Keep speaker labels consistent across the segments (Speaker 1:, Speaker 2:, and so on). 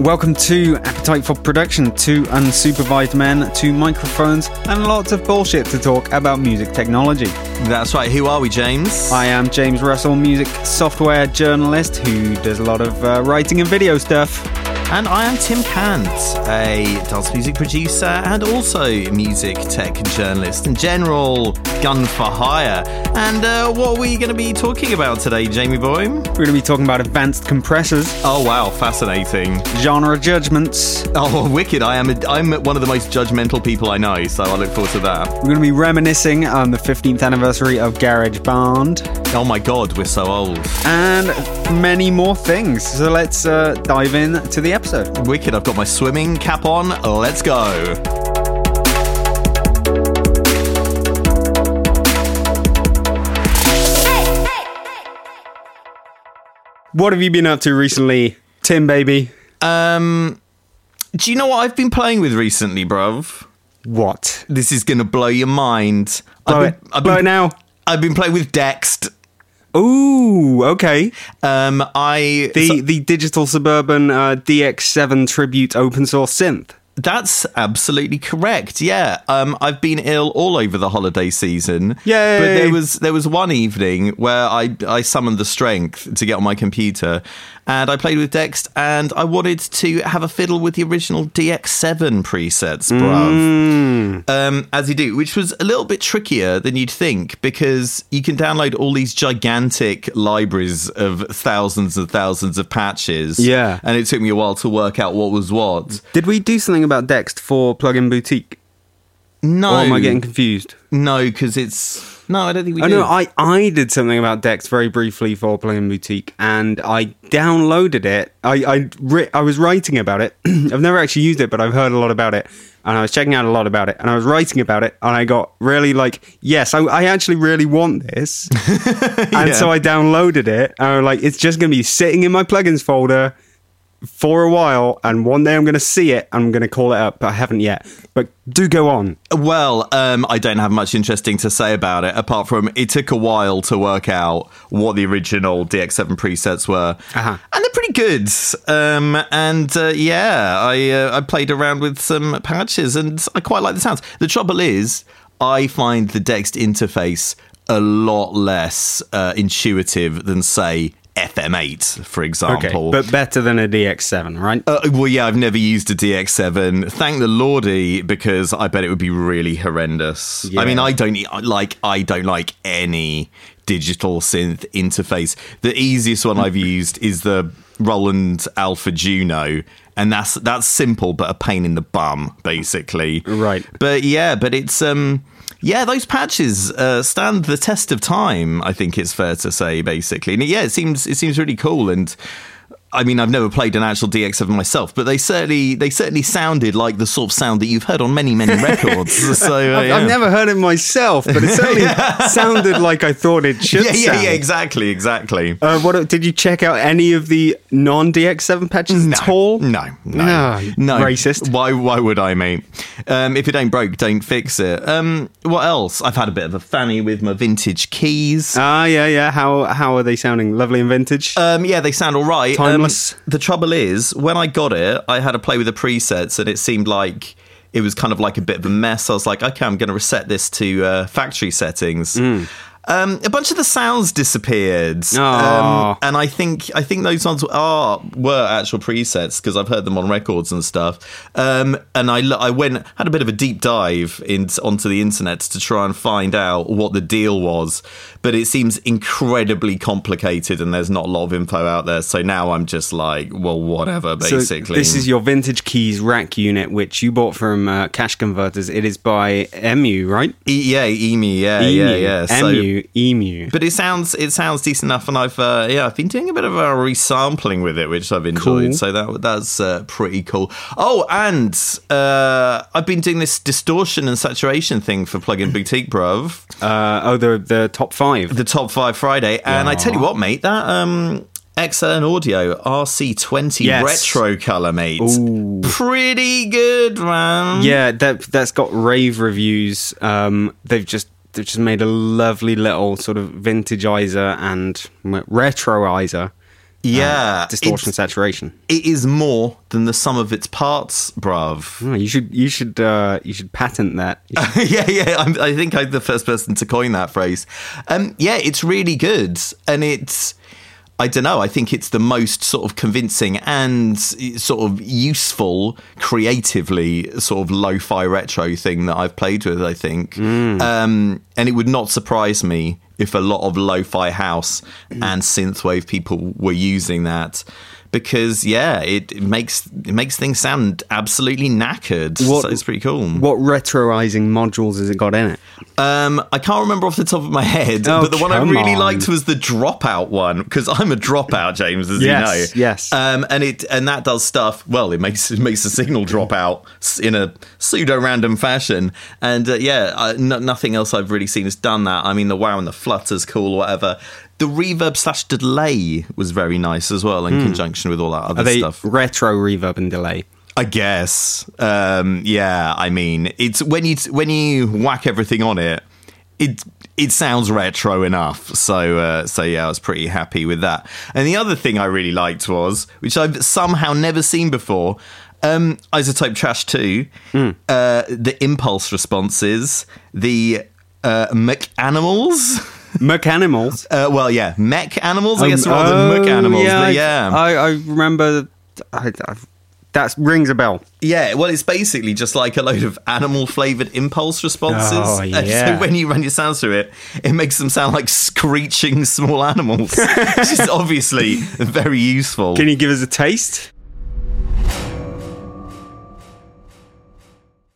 Speaker 1: Welcome to Appetite for Production, two unsupervised men, two microphones, and lots of bullshit to talk about music technology.
Speaker 2: That's right. Who are we, James?
Speaker 1: I am James Russell, music software journalist who does a lot of uh, writing and video stuff.
Speaker 2: and I am Tim Cant, a dance music producer and also music tech journalist and general gun for hire. And uh, what are we going to be talking about today, Jamie Boy?
Speaker 1: We're going to be talking about advanced compressors,
Speaker 2: Oh wow, fascinating!
Speaker 1: genre judgments.
Speaker 2: Oh, wicked! I am. A, I'm one of the most judgmental people I know, so I look forward to that.
Speaker 1: We're going to be reminiscing on the 15th anniversary of Garage Band
Speaker 2: Oh my god, we're so old.
Speaker 1: and many more things. So let's uh, dive in to the episode.
Speaker 2: Wicked! I've got my swimming cap on. Let's go.
Speaker 1: What have you been up to recently, Tim, baby?
Speaker 2: Um, do you know what I've been playing with recently, bruv?
Speaker 1: What?
Speaker 2: This is gonna blow your mind.
Speaker 1: Blow
Speaker 2: I've
Speaker 1: it.
Speaker 2: been, I've
Speaker 1: Blow
Speaker 2: been,
Speaker 1: it now.
Speaker 2: I've been playing with Dext.
Speaker 1: Ooh, okay.
Speaker 2: Um, I
Speaker 1: The
Speaker 2: so-
Speaker 1: the digital suburban uh, DX7 tribute open source synth.
Speaker 2: that's absolutely correct. Yeah. Um, I've been ill all over the holiday season.
Speaker 1: Yay.
Speaker 2: But there was there was one evening where I I summoned the strength to get on my computer, and I played with Dext, and I wanted to have a fiddle with the original DX7 presets, bruv.
Speaker 1: Mm.
Speaker 2: um, as you do, which was a little bit trickier than you'd think because you can download all these gigantic libraries of thousands and thousands of patches.
Speaker 1: Yeah.
Speaker 2: And it took me a while to work out what was what.
Speaker 1: Did we do something about Dext for Plugin Boutique?
Speaker 2: No.
Speaker 1: Or am I getting confused?
Speaker 2: No, because it's. No, I don't think we
Speaker 1: Oh
Speaker 2: did.
Speaker 1: no, I, I did something about Dext very briefly for Plugin Boutique, and I downloaded it. I I, ri- I was writing about it. I've never actually used it, but I've heard a lot about it, and I was checking out a lot about it, and I was writing about it, and I got really like, yes, I, I actually really want this, and so I downloaded it, and I was like, it's just gonna be sitting in my plugins folder for a while, and one day I'm gonna see it, and I'm gonna call it up, but I haven't yet. But do go on.
Speaker 2: Well, um, I don't have much interesting to say about it, apart from it took a while to work out what the original DX7 presets were,
Speaker 1: Uh-huh.
Speaker 2: and they're pretty good. Um, and uh, yeah, I uh, I played around with some patches, and I quite like the sounds. The trouble is, I find the Dext interface a lot less uh, intuitive than say FM8, for
Speaker 1: Okay,
Speaker 2: example.
Speaker 1: but better than a DX7, right?
Speaker 2: Uh, well, yeah, I've never used a DX7. Thank the lordy, because I bet it would be really horrendous.
Speaker 1: Yeah.
Speaker 2: I mean, I don't e- I like I don't like any digital synth interface. The easiest one I've used is the Roland Alpha Juno, and that's that's simple but a pain in the bum, basically.
Speaker 1: Right.
Speaker 2: But yeah, but it's um yeah, those patches uh, stand the test of time. I think it's fair to say, basically. And yeah, it seems it seems really cool. And I mean, I've never played an actual DX7 myself, but they certainly they certainly sounded like the sort of sound that you've heard on many many records. so uh,
Speaker 1: I've,
Speaker 2: yeah.
Speaker 1: I've never heard it myself, but it certainly sounded like I thought it should
Speaker 2: Yeah, yeah,
Speaker 1: sound.
Speaker 2: yeah, exactly, exactly.
Speaker 1: Uh, what did you check out any of the non DX7 patches at all?
Speaker 2: No, no,
Speaker 1: Ah,
Speaker 2: no.
Speaker 1: racist.
Speaker 2: Why? Why would I, mate? Um, if it ain't broke, don't fix it. Um, what else? I've had a bit of a fanny with my vintage keys.
Speaker 1: Ah, yeah, yeah. How how are they sounding? Lovely and vintage.
Speaker 2: Um, yeah, they sound all right. Um,
Speaker 1: Timeless.
Speaker 2: the trouble is, when I got it, I had to play with the presets, and it seemed like it was kind of like a bit of a mess. I was like, okay, I'm going to reset this to uh, factory settings.
Speaker 1: Mm.
Speaker 2: Um, a bunch of the sounds disappeared,
Speaker 1: Aw.
Speaker 2: um, and I think I think those ones are were actual presets because I've heard them on records and stuff. Um, and I lo- I went had a bit of a deep dive into onto the internet to try and find out what the deal was, but it seems incredibly complicated, and there's not a lot of info out there. So now I'm just like, well, whatever,
Speaker 1: So
Speaker 2: basically.
Speaker 1: this is your vintage keys rack unit, which you bought from uh, Cash Converters. It is by EMU, right?
Speaker 2: E- yeah, EMI, yeah,
Speaker 1: E
Speaker 2: yeah, yeah. So-
Speaker 1: EMU, EMU.
Speaker 2: but it sounds it sounds decent enough, and I've uh, yeah I've been doing a bit of a resampling with it, which I've enjoyed.
Speaker 1: Cool.
Speaker 2: So that that's uh, pretty cool. Oh, and uh, I've been doing this distortion and saturation thing for Plugin Boutique, bruv.
Speaker 1: Uh, oh, the the top five.
Speaker 2: The Top Five Friday, and I tell you what, mate, that um. XLN Audio RC20
Speaker 1: Yes.
Speaker 2: Retro Color, mate. Pretty good, man.
Speaker 1: Yeah, that that's got rave reviews. Um, they've just they've just made a lovely little sort of vintageizer and retroizer.
Speaker 2: Yeah,
Speaker 1: distortion,
Speaker 2: it's-
Speaker 1: saturation.
Speaker 2: It is more than the sum of its parts, bruv.
Speaker 1: Oh, you should you should uh, you should patent that. You should-
Speaker 2: yeah, yeah. I'm, I think I'm the first person to coin that phrase. Um, yeah, it's really good, and it's. I don't know. I think it's the most sort of convincing and eh, sort of useful, creatively sort of lo-fi retro thing that I've played with. I think, um, and it would not surprise me if a lot of lo-fi house and synthwave people were using that because, yeah, it, it makes it makes things sound absolutely knackered.
Speaker 1: What-
Speaker 2: so it's pretty cool.
Speaker 1: what retroizing modules has it got in it?
Speaker 2: Um, I can't remember off the top of my head,
Speaker 1: Oh,
Speaker 2: but the one I
Speaker 1: come
Speaker 2: really
Speaker 1: on.
Speaker 2: liked was the dropout one because I'm a dropout, James, as
Speaker 1: Yes,
Speaker 2: you know.
Speaker 1: yes.
Speaker 2: Um, and it and that does stuff. Well, it makes it makes the signal drop out s- in a pseudo random fashion. And uh, yeah, I, no, nothing else I've really seen has done that. I mean, the wow and the flutter's cool, or whatever. The reverb slash delay was very nice as well, in conjunction with all that other
Speaker 1: Hmm. Are they
Speaker 2: stuff.
Speaker 1: retro reverb and delay?
Speaker 2: I guess. Um, yeah, I mean, it's when you when you whack everything on it, it it sounds retro enough. So uh, so yeah, I was pretty happy with that. And the other thing I really liked was, which I've somehow never seen before, um, Isotope Trash Two,
Speaker 1: Hmm.
Speaker 2: uh, the impulse responses, the uh, mech animals.
Speaker 1: Mechanimals.
Speaker 2: Uh, well, yeah, mech animals. I
Speaker 1: Um,
Speaker 2: guess rather than mech
Speaker 1: oh,
Speaker 2: animals. but
Speaker 1: I-
Speaker 2: yeah,
Speaker 1: I, I remember. I, I, that rings a bell.
Speaker 2: Yeah, well, it's basically just like a load of animal flavored impulse responses.
Speaker 1: Oh,
Speaker 2: And
Speaker 1: yeah.
Speaker 2: so when you run your sounds through it, it makes them sound like screeching small animals, which is obviously very useful.
Speaker 1: Can you give us a taste?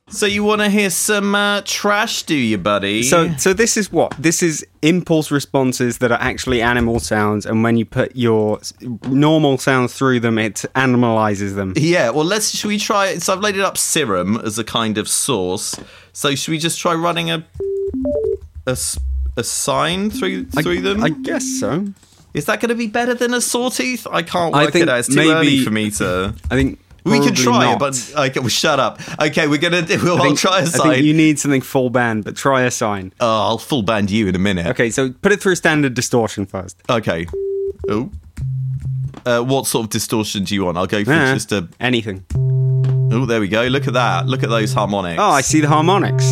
Speaker 2: so you want to hear some uh, trash, do you, buddy?
Speaker 1: So, so this is what this is impulse responses that are actually animal sounds, and when you put your s- normal sounds through them, it animalizes them.
Speaker 2: yeah, well, let's. Should we try? it? So I've loaded up Serum as a kind of source. So should we just try running a a, s- a sign through through them?
Speaker 1: I guess so.
Speaker 2: is that going to be better than a sawtooth? I can't
Speaker 1: I
Speaker 2: work
Speaker 1: think
Speaker 2: it out. It's too
Speaker 1: maybe-
Speaker 2: early for me to.
Speaker 1: I think
Speaker 2: We can
Speaker 1: probably
Speaker 2: try,
Speaker 1: not.
Speaker 2: it, but okay, well, shut up. Okay, we're gonna do. We'll
Speaker 1: I
Speaker 2: I'll
Speaker 1: think,
Speaker 2: try a
Speaker 1: I
Speaker 2: sign.
Speaker 1: think you need something full band, but try a sign.
Speaker 2: oh, I'll full band you in a minute.
Speaker 1: Okay, so put it through standard distortion first.
Speaker 2: Okay. Oh. Uh, what sort of distortion do you want? I'll go for
Speaker 1: Yeah.
Speaker 2: just a.
Speaker 1: Ah, Anything.
Speaker 2: Oh, there we go. Look at that. Look at those harmonics.
Speaker 1: Oh, I see the harmonics.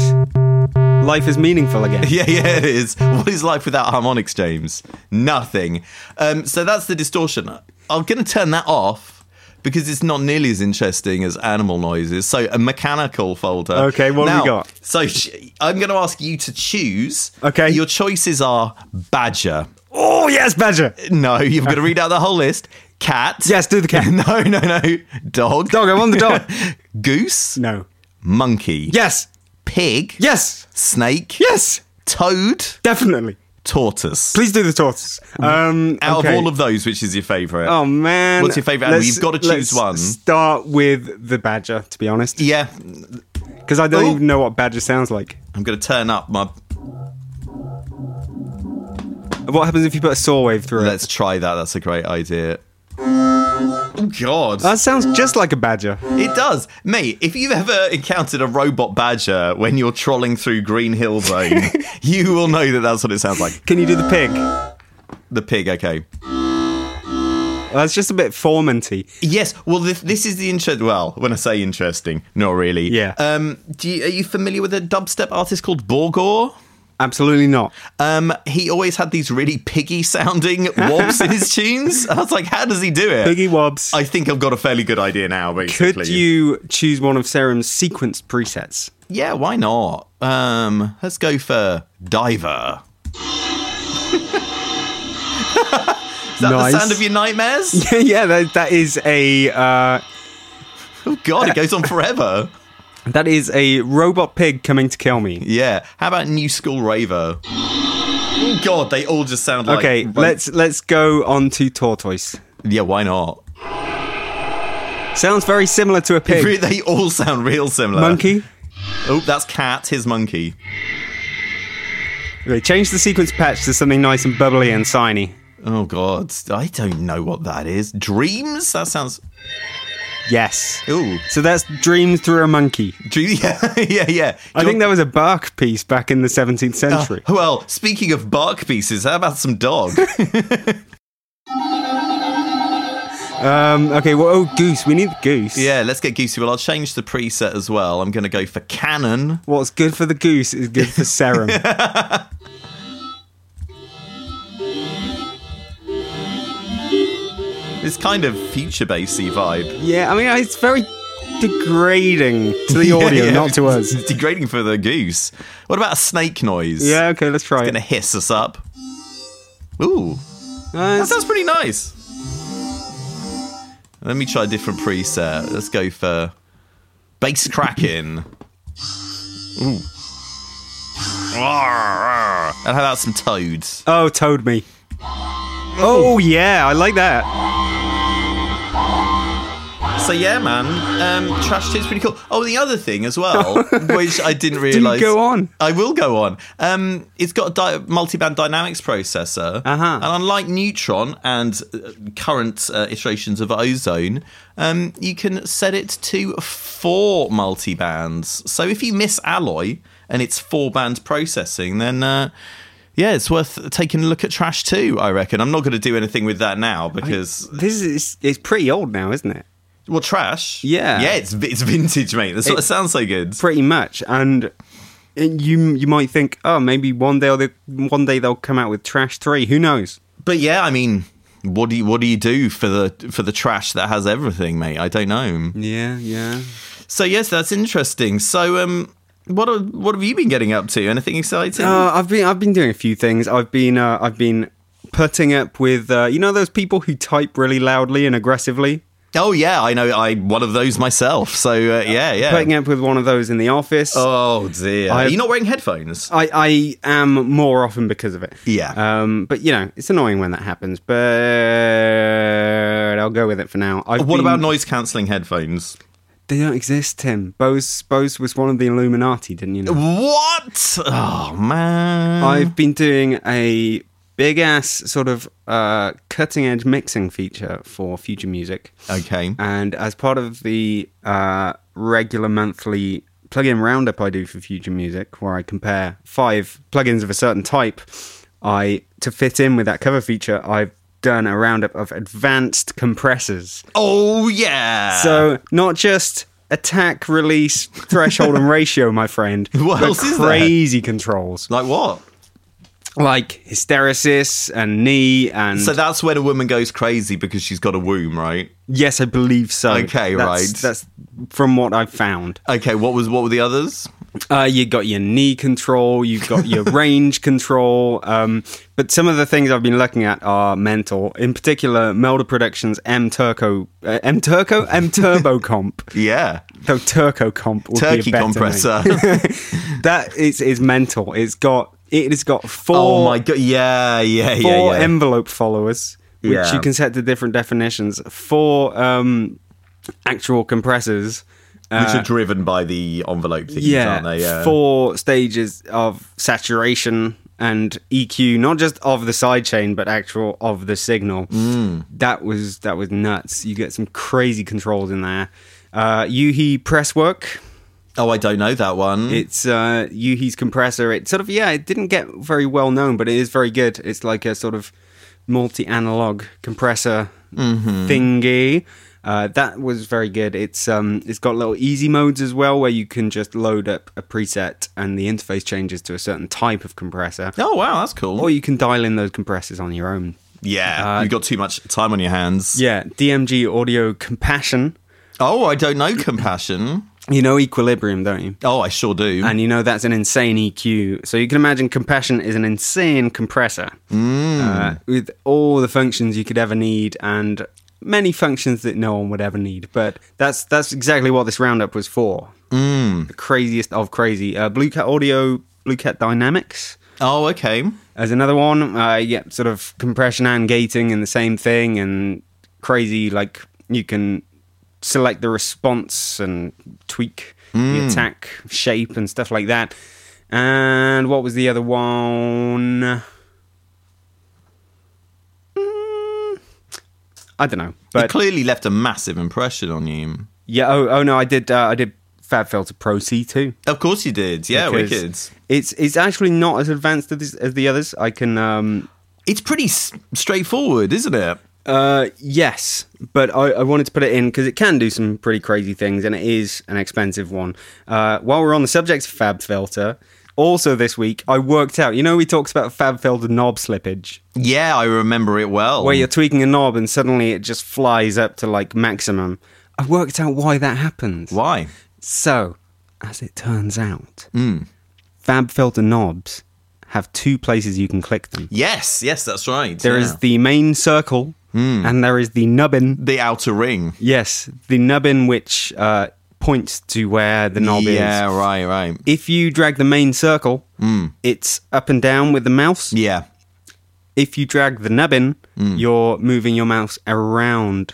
Speaker 1: Life is meaningful again.
Speaker 2: Yeah, yeah, it is. What is life without harmonics, James? Nothing. Um, so that's the distortion. I'm going to turn that off because it's not nearly as interesting as animal noises. So a mechanical folder.
Speaker 1: Okay, what have we
Speaker 2: Now,
Speaker 1: got?
Speaker 2: So sh- I'm going to ask you to choose.
Speaker 1: Okay.
Speaker 2: Your choices are badger.
Speaker 1: Oh yes, badger.
Speaker 2: No, you've got to read out the whole list. Cat.
Speaker 1: Yes, do the cat.
Speaker 2: No, no, no. Dog.
Speaker 1: Dog, I want the dog.
Speaker 2: Goose.
Speaker 1: No.
Speaker 2: Monkey.
Speaker 1: Yes.
Speaker 2: Pig.
Speaker 1: Yes.
Speaker 2: Snake.
Speaker 1: Yes.
Speaker 2: Toad.
Speaker 1: Definitely.
Speaker 2: Tortoise.
Speaker 1: Please do the tortoise. Um,
Speaker 2: out
Speaker 1: okay.
Speaker 2: of all of those, which is your favourite?
Speaker 1: Oh man.
Speaker 2: What's your favourite animal?
Speaker 1: Let's-
Speaker 2: You've gotta choose
Speaker 1: let's
Speaker 2: one.
Speaker 1: Start with the badger, to be honest,
Speaker 2: yeah.
Speaker 1: because I don't
Speaker 2: Ooh.
Speaker 1: even know what badger sounds like.
Speaker 2: I'm going to turn up my.
Speaker 1: What happens if you put a saw wave through it?
Speaker 2: Let's try that. That's a great idea. Oh God!
Speaker 1: That sounds just like a badger.
Speaker 2: It does, mate. If you've ever encountered a robot badger when you're trolling through Green Hill Zone, you will know that that's what it sounds like.
Speaker 1: Can you do the pig?
Speaker 2: The pig, okay.
Speaker 1: That's just a bit formanty.
Speaker 2: Yes. Well, this, this is the interest. Well, when I say interesting, not really.
Speaker 1: Yeah.
Speaker 2: Um. Do you, are you familiar with a dubstep artist called Borgor?
Speaker 1: Absolutely not.
Speaker 2: Um, he always had these really piggy sounding warps in his tunes. I was like, how does he do it?
Speaker 1: Piggy wobs.
Speaker 2: I think I've got a fairly good idea now, basically.
Speaker 1: Could you choose one of Serum's sequence presets?
Speaker 2: Yeah, why not? Um, let's go for Diver. Is that
Speaker 1: Nice.
Speaker 2: the sound of your nightmares?
Speaker 1: yeah, that, that is a uh,
Speaker 2: Oh, God, it goes on forever.
Speaker 1: that is a robot pig coming to kill me.
Speaker 2: Yeah. How about New School Raver? Oh, God, they all just sound like.
Speaker 1: Okay, let's let's go on to tortoise.
Speaker 2: Yeah, why not?
Speaker 1: Sounds very similar to a pig.
Speaker 2: They all sound real similar.
Speaker 1: Monkey.
Speaker 2: Oh, that's Cat, his monkey.
Speaker 1: Okay, change the sequence patch to something nice and bubbly and signy.
Speaker 2: Oh god, I don't know what that is. Dreams? That sounds.
Speaker 1: Yes.
Speaker 2: Ooh,
Speaker 1: So that's Dream Through a Monkey.
Speaker 2: Dre- yeah, yeah, yeah.
Speaker 1: I think that was a Bach piece back in the 17th century.
Speaker 2: Uh, Well, speaking of bark pieces, how about some dog?
Speaker 1: Um, okay, well, oh, goose. We need the goose.
Speaker 2: Yeah, let's get Goosey. Well, I'll change the preset as well. I'm going to go for Canon.
Speaker 1: What's good for the goose is good for serum.
Speaker 2: It's kind of future bassy vibe.
Speaker 1: yeah, I mean, it's very degrading to the audio,
Speaker 2: Yeah,
Speaker 1: not to us.
Speaker 2: It's degrading for the goose. What about a snake noise?
Speaker 1: Yeah, okay, let's try
Speaker 2: It's
Speaker 1: it.
Speaker 2: going to hiss us up. Ooh,
Speaker 1: Uh,
Speaker 2: that sounds pretty nice. Let me try a different preset. Let's go for bass cracking. Ooh. Arr, arr. And how about some toads?
Speaker 1: oh, toad me. Oh, yeah, I like that.
Speaker 2: So yeah, man, um, trash tip's pretty cool. Oh, the other thing as well, which I didn't
Speaker 1: you
Speaker 2: realize.
Speaker 1: go on?
Speaker 2: I will go on. Um, it's got a di- multi-band dynamics processor,
Speaker 1: Uh-huh.
Speaker 2: and unlike Neutron and uh, current uh, iterations of Ozone, um, you can set it to four multi-bands. So if you miss Alloy and it's four-band processing, then. Uh, yeah, it's worth taking a look at Trash 2, I reckon. I'm not going to do anything with that now because
Speaker 1: This is it's pretty old now, isn't it?
Speaker 2: well, trash.
Speaker 1: Yeah.
Speaker 2: yeah. It's it's vintage, mate. That's what
Speaker 1: It-
Speaker 2: it sounds so good.
Speaker 1: Pretty much, and. and you you might think oh maybe one day they one day they'll come out with Trash Three who knows
Speaker 2: But yeah, I mean, what do you what do you do for the for the trash that has everything, mate? I don't know.
Speaker 1: yeah yeah
Speaker 2: So yes, that's interesting. So um, what are, what have you been getting up to? Anything exciting?
Speaker 1: Uh, I've been I've been doing a few things. I've been uh, I've been putting up with uh, you know those people who type really loudly and aggressively.
Speaker 2: oh yeah, I know. I one of those myself. So uh, yeah, yeah.
Speaker 1: Putting up with one of those in the office.
Speaker 2: oh dear.
Speaker 1: I-
Speaker 2: are you not wearing headphones?
Speaker 1: I, I am more often because of it.
Speaker 2: Yeah.
Speaker 1: Um, but you know, it's annoying when that happens. But I'll go with it for now. I've
Speaker 2: what
Speaker 1: been-
Speaker 2: about noise cancelling headphones?
Speaker 1: They don't exist, Tim. Bose Bose was one of the Illuminati, didn't you know?
Speaker 2: What? Oh man.
Speaker 1: I've been doing a big ass sort of uh, cutting edge mixing feature for future music.
Speaker 2: okay.
Speaker 1: And as part of the uh, regular monthly plugin roundup I do for Future Music, where I compare five plugins of a certain type, I to fit in with that cover feature, I've done a roundup of advanced compressors.
Speaker 2: Oh yeah.
Speaker 1: So not just attack, release, threshold, and ratio, my friend.
Speaker 2: What
Speaker 1: but
Speaker 2: else is there?
Speaker 1: crazy controls
Speaker 2: like what?
Speaker 1: like hysteresis and knee and
Speaker 2: So that's when a woman goes crazy because she's got a womb, right?
Speaker 1: yes, I believe so. That's-
Speaker 2: Okay, right.
Speaker 1: That's from what I've found.
Speaker 2: Okay, what was what were the others?
Speaker 1: Uh, you got your knee control, you've got your range control. Um, but some of the things I've been looking at are mental. In particular, Melder Productions M Turco, uh, M Turco, M Turbo Comp.
Speaker 2: Yeah,
Speaker 1: Though Turco Comp, would be
Speaker 2: turkey
Speaker 1: a better
Speaker 2: compressor.
Speaker 1: name. that is is mental. It's got it has got four
Speaker 2: oh my god! Yeah, yeah, yeah,
Speaker 1: four
Speaker 2: yeah.
Speaker 1: envelope followers, which
Speaker 2: Yeah.
Speaker 1: you can set to different definitions. Four um, actual compressors.
Speaker 2: Which are driven by the envelope things, aren't they? Yeah.
Speaker 1: Uh, four stages of saturation and EQ, not just of the sidechain, but actual of the signal.
Speaker 2: Hmm.
Speaker 1: That was that was nuts. You get some crazy controls in there. Uh, Yuhi press work.
Speaker 2: oh, I don't know that one.
Speaker 1: It's uh, Yuhi's compressor. It sort of yeah, it didn't get very well known, but it is very good. It's like a sort of multi-analog compressor thingy. Uh, that was very good. It's um, it's got little easy modes as well, where you can just load up a preset and the interface changes to a certain type of compressor,
Speaker 2: oh wow, that's cool.
Speaker 1: or you can dial in those compressors on your own.
Speaker 2: yeah, you've got too much time on your hands.
Speaker 1: Uh, Yeah, DMG Audio Compassion.
Speaker 2: Oh, I don't know compassion.
Speaker 1: You know Equilibrium, don't you?
Speaker 2: Oh, I sure do.
Speaker 1: and you know that's an insane EQ. So you can imagine compression is an insane compressor uh, with all the functions you could ever need and many functions that no one would ever need. But that's that's exactly what this roundup was for. The craziest of crazy. Uh, Blue Cat Audio, Blue Cat Dynamics.
Speaker 2: oh, okay.
Speaker 1: As another one, uh, yeah, sort of compression and gating and the same thing and crazy. Like you can select the response and tweak
Speaker 2: Hmm.
Speaker 1: the attack shape and stuff like that. And what was the other one? Mm, I don't know,
Speaker 2: it
Speaker 1: but
Speaker 2: clearly left a massive impression on you.
Speaker 1: yeah. Oh, oh no, I did. Uh, I did FabFilter Pro C too.
Speaker 2: Of course you did. Yeah,
Speaker 1: because
Speaker 2: wicked.
Speaker 1: It's it's actually not as advanced as, as the others. I can um,
Speaker 2: It's pretty s- straightforward, isn't it?
Speaker 1: Uh, yes, but I, I wanted to put it in because it can do some pretty crazy things, and it is an expensive one. Uh, while we're on the subject of Fab Filter, also this week I worked out. You know, we talked about Fab Filter knob slippage,
Speaker 2: Yeah, I remember it well.
Speaker 1: where you're tweaking a knob and suddenly it just flies up to like maximum. I worked out why that happens.
Speaker 2: Why?
Speaker 1: So, as it turns out, Fab Filter knobs have two places you can click them.
Speaker 2: Yes, yes, that's right.
Speaker 1: There
Speaker 2: yeah.
Speaker 1: is the main circle, and there is the nubbin.
Speaker 2: the outer ring.
Speaker 1: Yes, the nubbin which uh, points to where the knob
Speaker 2: yeah,
Speaker 1: is.
Speaker 2: right, right.
Speaker 1: If you drag the main circle, it's up and down with the mouse.
Speaker 2: Yeah. Mm.
Speaker 1: If you drag the nubbin, you're moving your mouse around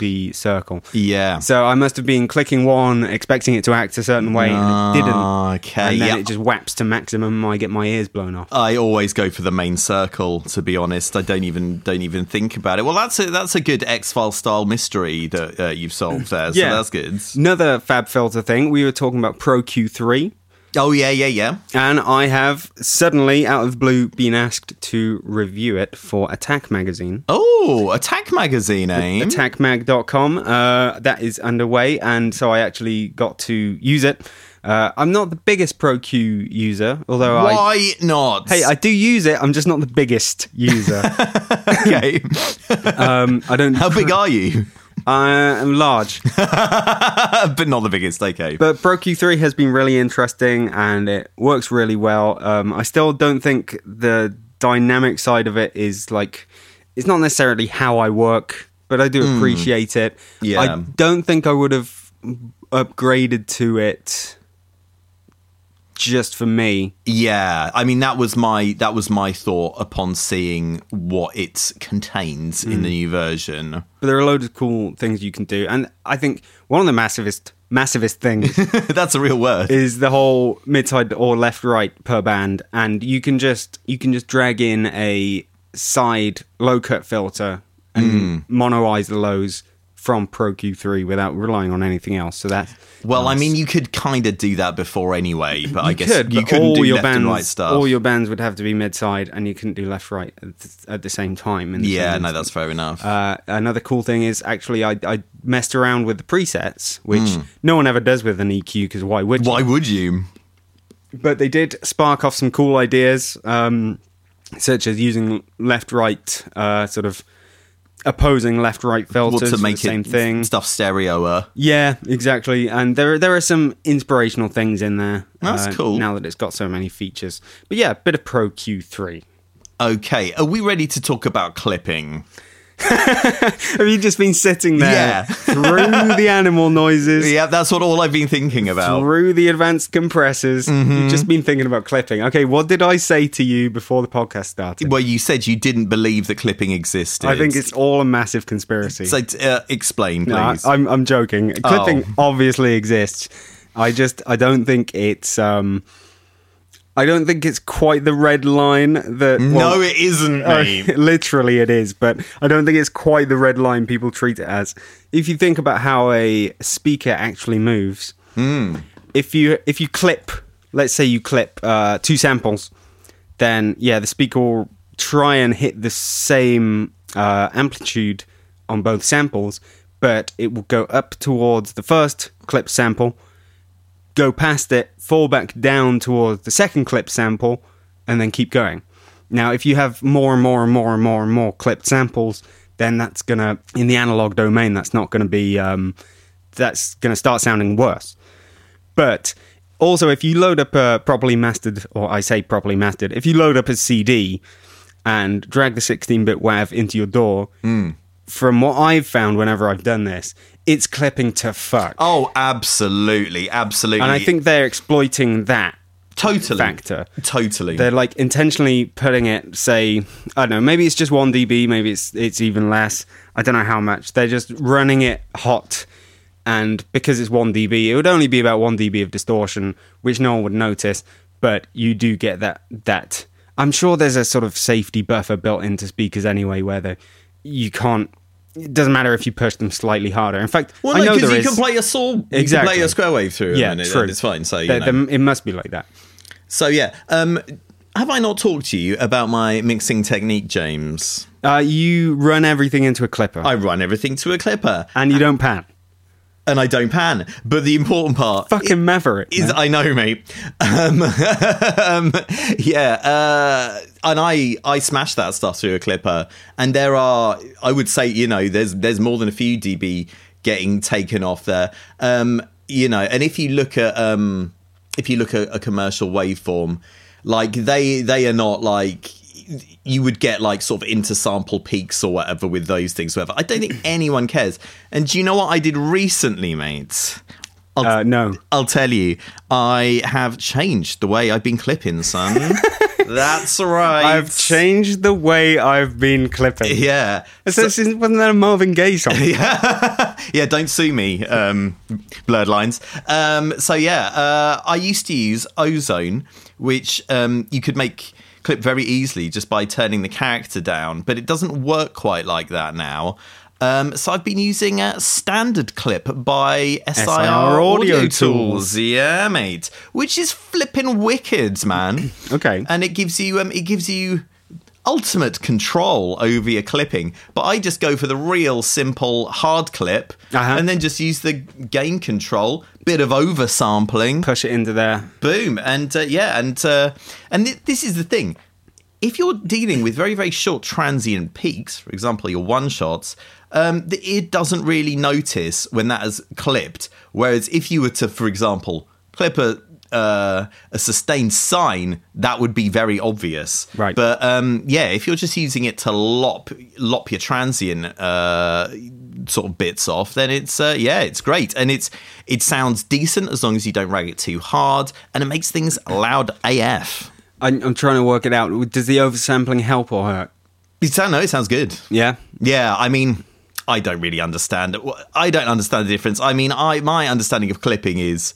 Speaker 1: the circle.
Speaker 2: Yeah.
Speaker 1: So I must have been clicking one, expecting it to act a certain way, and it didn't.
Speaker 2: Okay,
Speaker 1: And then
Speaker 2: yeah.
Speaker 1: it just whaps to maximum. I get my ears blown off.
Speaker 2: I always go for the main circle. To be honest, I don't even don't even think about it. Well, that's a, that's a good X File style mystery that uh, you've solved there. So that's good.
Speaker 1: Another Fab Filter thing. We were talking about Pro Q3.
Speaker 2: Oh yeah, yeah, yeah.
Speaker 1: And I have suddenly, out of blue, been asked to review it for Attack Magazine.
Speaker 2: Oh, Attack Magazine, eh?
Speaker 1: attackmag.com. Uh, that is underway, and so I actually got to use it. Uh, I'm not the biggest ProQ user, although I.
Speaker 2: Why not?
Speaker 1: Hey, I do use it. I'm just not the biggest user.
Speaker 2: okay.
Speaker 1: Um, I don't.
Speaker 2: How big are you?
Speaker 1: I'm large,
Speaker 2: but not the biggest. Okay.
Speaker 1: but ProQ3 has been really interesting, and it works really well. Um, I still don't think the dynamic side of it is like. It's not necessarily how I work, but I do appreciate it.
Speaker 2: Yeah.
Speaker 1: I don't think I would have upgraded to it just for me.
Speaker 2: Yeah, I mean that was my that was my thought upon seeing what it contains in
Speaker 1: Hmm.
Speaker 2: the new version.
Speaker 1: But there are loads of cool things you can do, and I think one of the massivest massivest things
Speaker 2: That's a real word.
Speaker 1: is the whole mid side or left right per band, and you can just you can just drag in a side low cut filter
Speaker 2: Hmm.
Speaker 1: and monoize the lows from Pro Q3 without relying on anything else. So that's
Speaker 2: well, I mean you could kind of do that before anyway, but I guess you
Speaker 1: but
Speaker 2: couldn't
Speaker 1: all
Speaker 2: do
Speaker 1: your
Speaker 2: left
Speaker 1: bands,
Speaker 2: and right stuff.
Speaker 1: All your bands would have to be mid side, and you couldn't do left right at th- at the same time. in the
Speaker 2: yeah,
Speaker 1: same
Speaker 2: no,
Speaker 1: instance.
Speaker 2: that's fair enough.
Speaker 1: Uh, another cool thing is actually I, I messed around with the presets, which
Speaker 2: Hmm.
Speaker 1: no one ever does with an EQ because why would you?
Speaker 2: Why would you?
Speaker 1: But they did spark off some cool ideas, um, such as using left right uh, sort of opposing left right
Speaker 2: Well,
Speaker 1: filters
Speaker 2: to
Speaker 1: for
Speaker 2: make
Speaker 1: the same
Speaker 2: it
Speaker 1: thing.
Speaker 2: stuff stereo.
Speaker 1: Yeah, exactly. And there there are some inspirational things in there. uh,
Speaker 2: That's cool.
Speaker 1: Now that it's got so many features. But yeah, bit of Pro Q3.
Speaker 2: Okay, are we ready to talk about clipping?
Speaker 1: Have you just been sitting there
Speaker 2: Yeah.
Speaker 1: through the animal noises?
Speaker 2: Yeah, that's what all I've been thinking about.
Speaker 1: Through the advanced compressors,
Speaker 2: Mm-hmm.
Speaker 1: you've just been thinking about clipping. Okay, what did I say to you before the podcast started?
Speaker 2: Well, you said you didn't believe that clipping existed.
Speaker 1: I think it's all a massive conspiracy.
Speaker 2: so. Uh, explain, please. Oh.
Speaker 1: No, I, I'm I'm joking. Clipping obviously exists. I just I don't think it's um I don't think it's quite the red line that well,
Speaker 2: no, it isn't, mate.
Speaker 1: uh, literally it is, but I don't think it's quite the red line people treat it as. If you think about how a speaker actually moves, if you if you clip, let's say you clip uh, two samples, then yeah, the speaker will try and hit the same uh, amplitude on both samples, but it will go up towards the first clip sample, go past it, fall back down towards the second clip sample, and then keep going. Now, if you have more and more and more and more and more clipped samples, then that's gonna in the analog domain. That's not gonna be. Um, that's gonna start sounding worse. But also, if you load up a properly mastered, or I say properly mastered, if you load up a CD and drag the 16 bit WAV into your door, from what I've found whenever I've done this, it's clipping to fuck.
Speaker 2: Oh, absolutely, absolutely.
Speaker 1: And I think they're exploiting that.
Speaker 2: totally
Speaker 1: factor.
Speaker 2: Mm. Totally.
Speaker 1: They're like intentionally putting it, say, I don't know, maybe it's just one dB, maybe it's it's even less. I don't know how much. They're just running it hot, and because it's one dB, it would only be about one dB of distortion, which no one would notice. But you do get that that. I'm sure there's a sort of safety buffer built into speakers anyway, where the, you can't. It doesn't matter if you push them slightly harder. In fact,
Speaker 2: well,
Speaker 1: I
Speaker 2: no,
Speaker 1: know
Speaker 2: because
Speaker 1: there is-
Speaker 2: you can play a saw, you can
Speaker 1: Exactly.
Speaker 2: play a square wave through, 'em and it, and it's fine. So you
Speaker 1: There-
Speaker 2: know.
Speaker 1: there- it must be like that.
Speaker 2: so yeah. Um, Have I not talked to you about my mixing technique, James?
Speaker 1: Uh, you run everything into a clipper,
Speaker 2: I run everything to a clipper
Speaker 1: and you don't pan.
Speaker 2: and I don't pan. But the important part
Speaker 1: Fucking maverick.
Speaker 2: is I know, mate. Um, um, yeah, uh, and I I smash that stuff through a clipper, and there are I would say you know there's there's more than a few dB getting taken off there. Um, you know, and if you look at um, if you look at a commercial waveform, like they they are not like you would get like sort of intersample peaks or whatever with those things. Whatever. I don't think anyone cares. And do you know what I did recently, mates? I'll-
Speaker 1: Uh, no.
Speaker 2: I'll tell you, I have changed the way I've been clipping, son. That's right.
Speaker 1: I've changed the way I've been clipping.
Speaker 2: Yeah.
Speaker 1: So, wasn't that a Marvin Gaye song?
Speaker 2: Yeah, don't sue me, um, blurred lines. Um, so, yeah, uh, I used to use Ozone, which um, you could make clip very easily just by turning the character down, but it doesn't work quite like that now. Um, so I've been using a standard clip by SIR,
Speaker 1: SIR
Speaker 2: Audio,
Speaker 1: Audio
Speaker 2: Tools.
Speaker 1: Tools.
Speaker 2: yeah, mate. Which is flipping wicked, man.
Speaker 1: Okay.
Speaker 2: and it gives you um, it gives you ultimate control over your clipping. But I just go for the real simple hard clip,
Speaker 1: Uh-huh.
Speaker 2: and then just use the gain control, bit of oversampling,
Speaker 1: Push it into there.
Speaker 2: boom, and uh, yeah, and uh, and th- this is the thing. If you're dealing with very very short transient peaks, for example, your one shots. Um, the ear doesn't really notice when that is clipped. Whereas if you were to, for example, clip a uh, a sustained sign, that would be very obvious.
Speaker 1: Right.
Speaker 2: But but um, yeah, if you're just using it to lop lop your transient uh, sort of bits off, then it's uh, yeah, it's great, and it's it sounds decent as long as you don't rag it too hard, and it makes things loud AF.
Speaker 1: I'm, I'm trying to work it out. Does the oversampling help or hurt?
Speaker 2: It sound, no, it sounds good.
Speaker 1: Yeah.
Speaker 2: Yeah, I mean, I don't really understand. I don't understand the difference. I mean, I my understanding of clipping is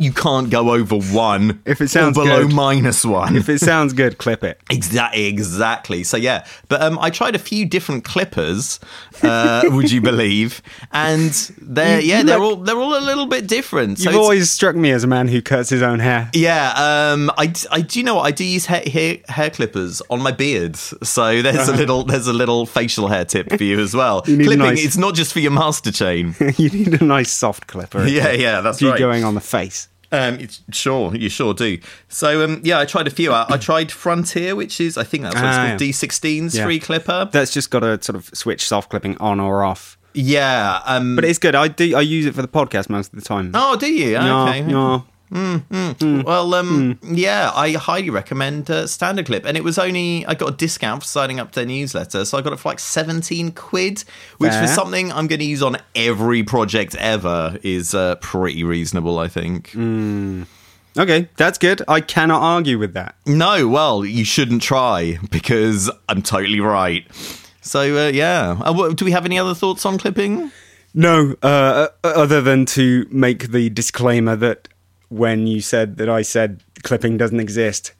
Speaker 2: you can't go over one
Speaker 1: If it sounds
Speaker 2: or below
Speaker 1: good.
Speaker 2: minus one.
Speaker 1: If it sounds good, clip it.
Speaker 2: Exactly, exactly. So yeah, but um, I tried a few different clippers. Uh, would you believe? And they're
Speaker 1: You-
Speaker 2: yeah,
Speaker 1: you
Speaker 2: they're
Speaker 1: like-
Speaker 2: all they're all a little bit different. So
Speaker 1: You've
Speaker 2: it's-
Speaker 1: always struck me as a man who cuts his own hair.
Speaker 2: yeah. Um, I, d- I do you know what I do use hair, hair hair clippers on my beard. So there's a little there's a little facial hair tip for you as well.
Speaker 1: Uh-huh. need a
Speaker 2: Clipping,
Speaker 1: nice-
Speaker 2: it's not just for your master chain.
Speaker 1: you need a nice soft clipper.
Speaker 2: yeah, yeah, that's
Speaker 1: If you're
Speaker 2: right.
Speaker 1: going on the face.
Speaker 2: Um, it's, sure, you sure do. So, um, yeah, I tried a few. I, I tried Frontier, which is I think that's what it's
Speaker 1: Ah,
Speaker 2: called,
Speaker 1: yeah.
Speaker 2: D16's
Speaker 1: Yeah.
Speaker 2: free clipper.
Speaker 1: That's just got to sort of switch soft clipping on or off.
Speaker 2: Yeah, um,
Speaker 1: But it's good. I do. I use it for the podcast most of the time.
Speaker 2: Oh, do you?
Speaker 1: Yeah,
Speaker 2: okay.
Speaker 1: yeah. Mm.
Speaker 2: Well, um, yeah, I highly recommend uh, Standard Clip, and it was only I got a discount for signing up to their newsletter, so I got it for like seventeen quid, which for
Speaker 1: Fair.
Speaker 2: something I'm going to use on every project ever is uh, pretty reasonable, I think.
Speaker 1: Mm. Okay, that's good. I cannot argue with that.
Speaker 2: No, well, you shouldn't try because I'm totally right. So uh, yeah, uh, what, do we have any other thoughts on clipping?
Speaker 1: No, uh, other than to make the disclaimer that when you said that I said clipping doesn't exist,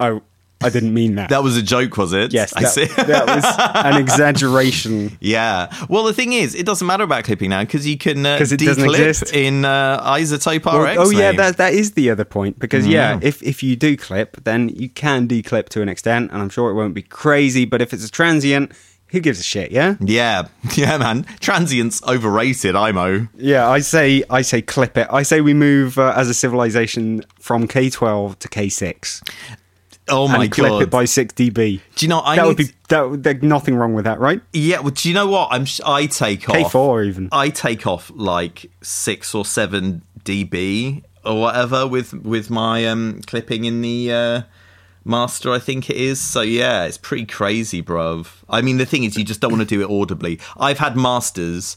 Speaker 1: I I didn't mean that.
Speaker 2: That was a joke, was it?
Speaker 1: yes,
Speaker 2: I
Speaker 1: that,
Speaker 2: see.
Speaker 1: that was an exaggeration.
Speaker 2: Yeah. Well, the thing is, it doesn't matter about clipping now because you can uh,
Speaker 1: 'Cause it doesn't
Speaker 2: declip
Speaker 1: exist.
Speaker 2: in uh, Isotope
Speaker 1: Or-
Speaker 2: RX.
Speaker 1: oh yeah,
Speaker 2: mate.
Speaker 1: that that is the other point because
Speaker 2: Mm.
Speaker 1: yeah, if if you do clip, then you can declip to an extent, and I'm sure it won't be crazy. But if it's a transient, who gives a shit? Yeah,
Speaker 2: Yeah, yeah, man. Transients overrated, IMO.
Speaker 1: yeah. I say I say clip it. I say we move uh, as a civilization from K12 to K6
Speaker 2: Oh my
Speaker 1: and clip
Speaker 2: god.
Speaker 1: it by six dB.
Speaker 2: do you know
Speaker 1: that
Speaker 2: I need Oh.
Speaker 1: would be that. would- There's nothing wrong with that, right?
Speaker 2: Yeah, well, do you know what? I'm sh- I take off
Speaker 1: K4 even.
Speaker 2: I take off like 6 or 7 dB or whatever with with my um clipping in the uh master I think it is. So yeah, it's pretty crazy, bruv. I mean, the thing is you just don't want to do it audibly. I've had masters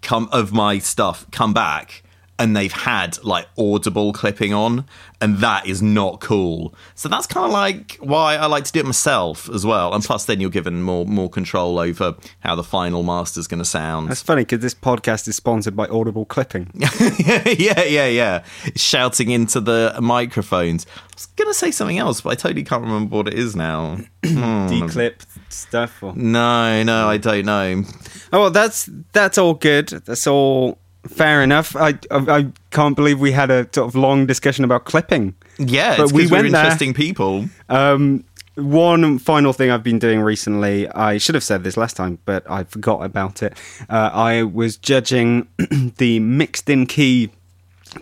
Speaker 2: come of my stuff come back and they've had like audible clipping on and that is not cool so that's kind of like why i like to do it myself as well and plus then you're given more more control over how the final master's going to sound
Speaker 1: That's funny because this podcast is sponsored by Audible Clipping.
Speaker 2: yeah, yeah, yeah. Shouting into the microphones. I was going to say something else, but I totally can't remember what it is now. Mm.
Speaker 1: Declip stuff. Or...
Speaker 2: No, no, I don't know.
Speaker 1: Oh well, that's that's all good. That's all fair enough. I, I I can't believe we had a sort of long discussion about clipping.
Speaker 2: Yeah,
Speaker 1: But
Speaker 2: it's
Speaker 1: we
Speaker 2: because we are
Speaker 1: went there.
Speaker 2: interesting people.
Speaker 1: Um, one final thing I've been doing recently, I should have said this last time, but I forgot about it. Uh, I was judging the Mixed in Key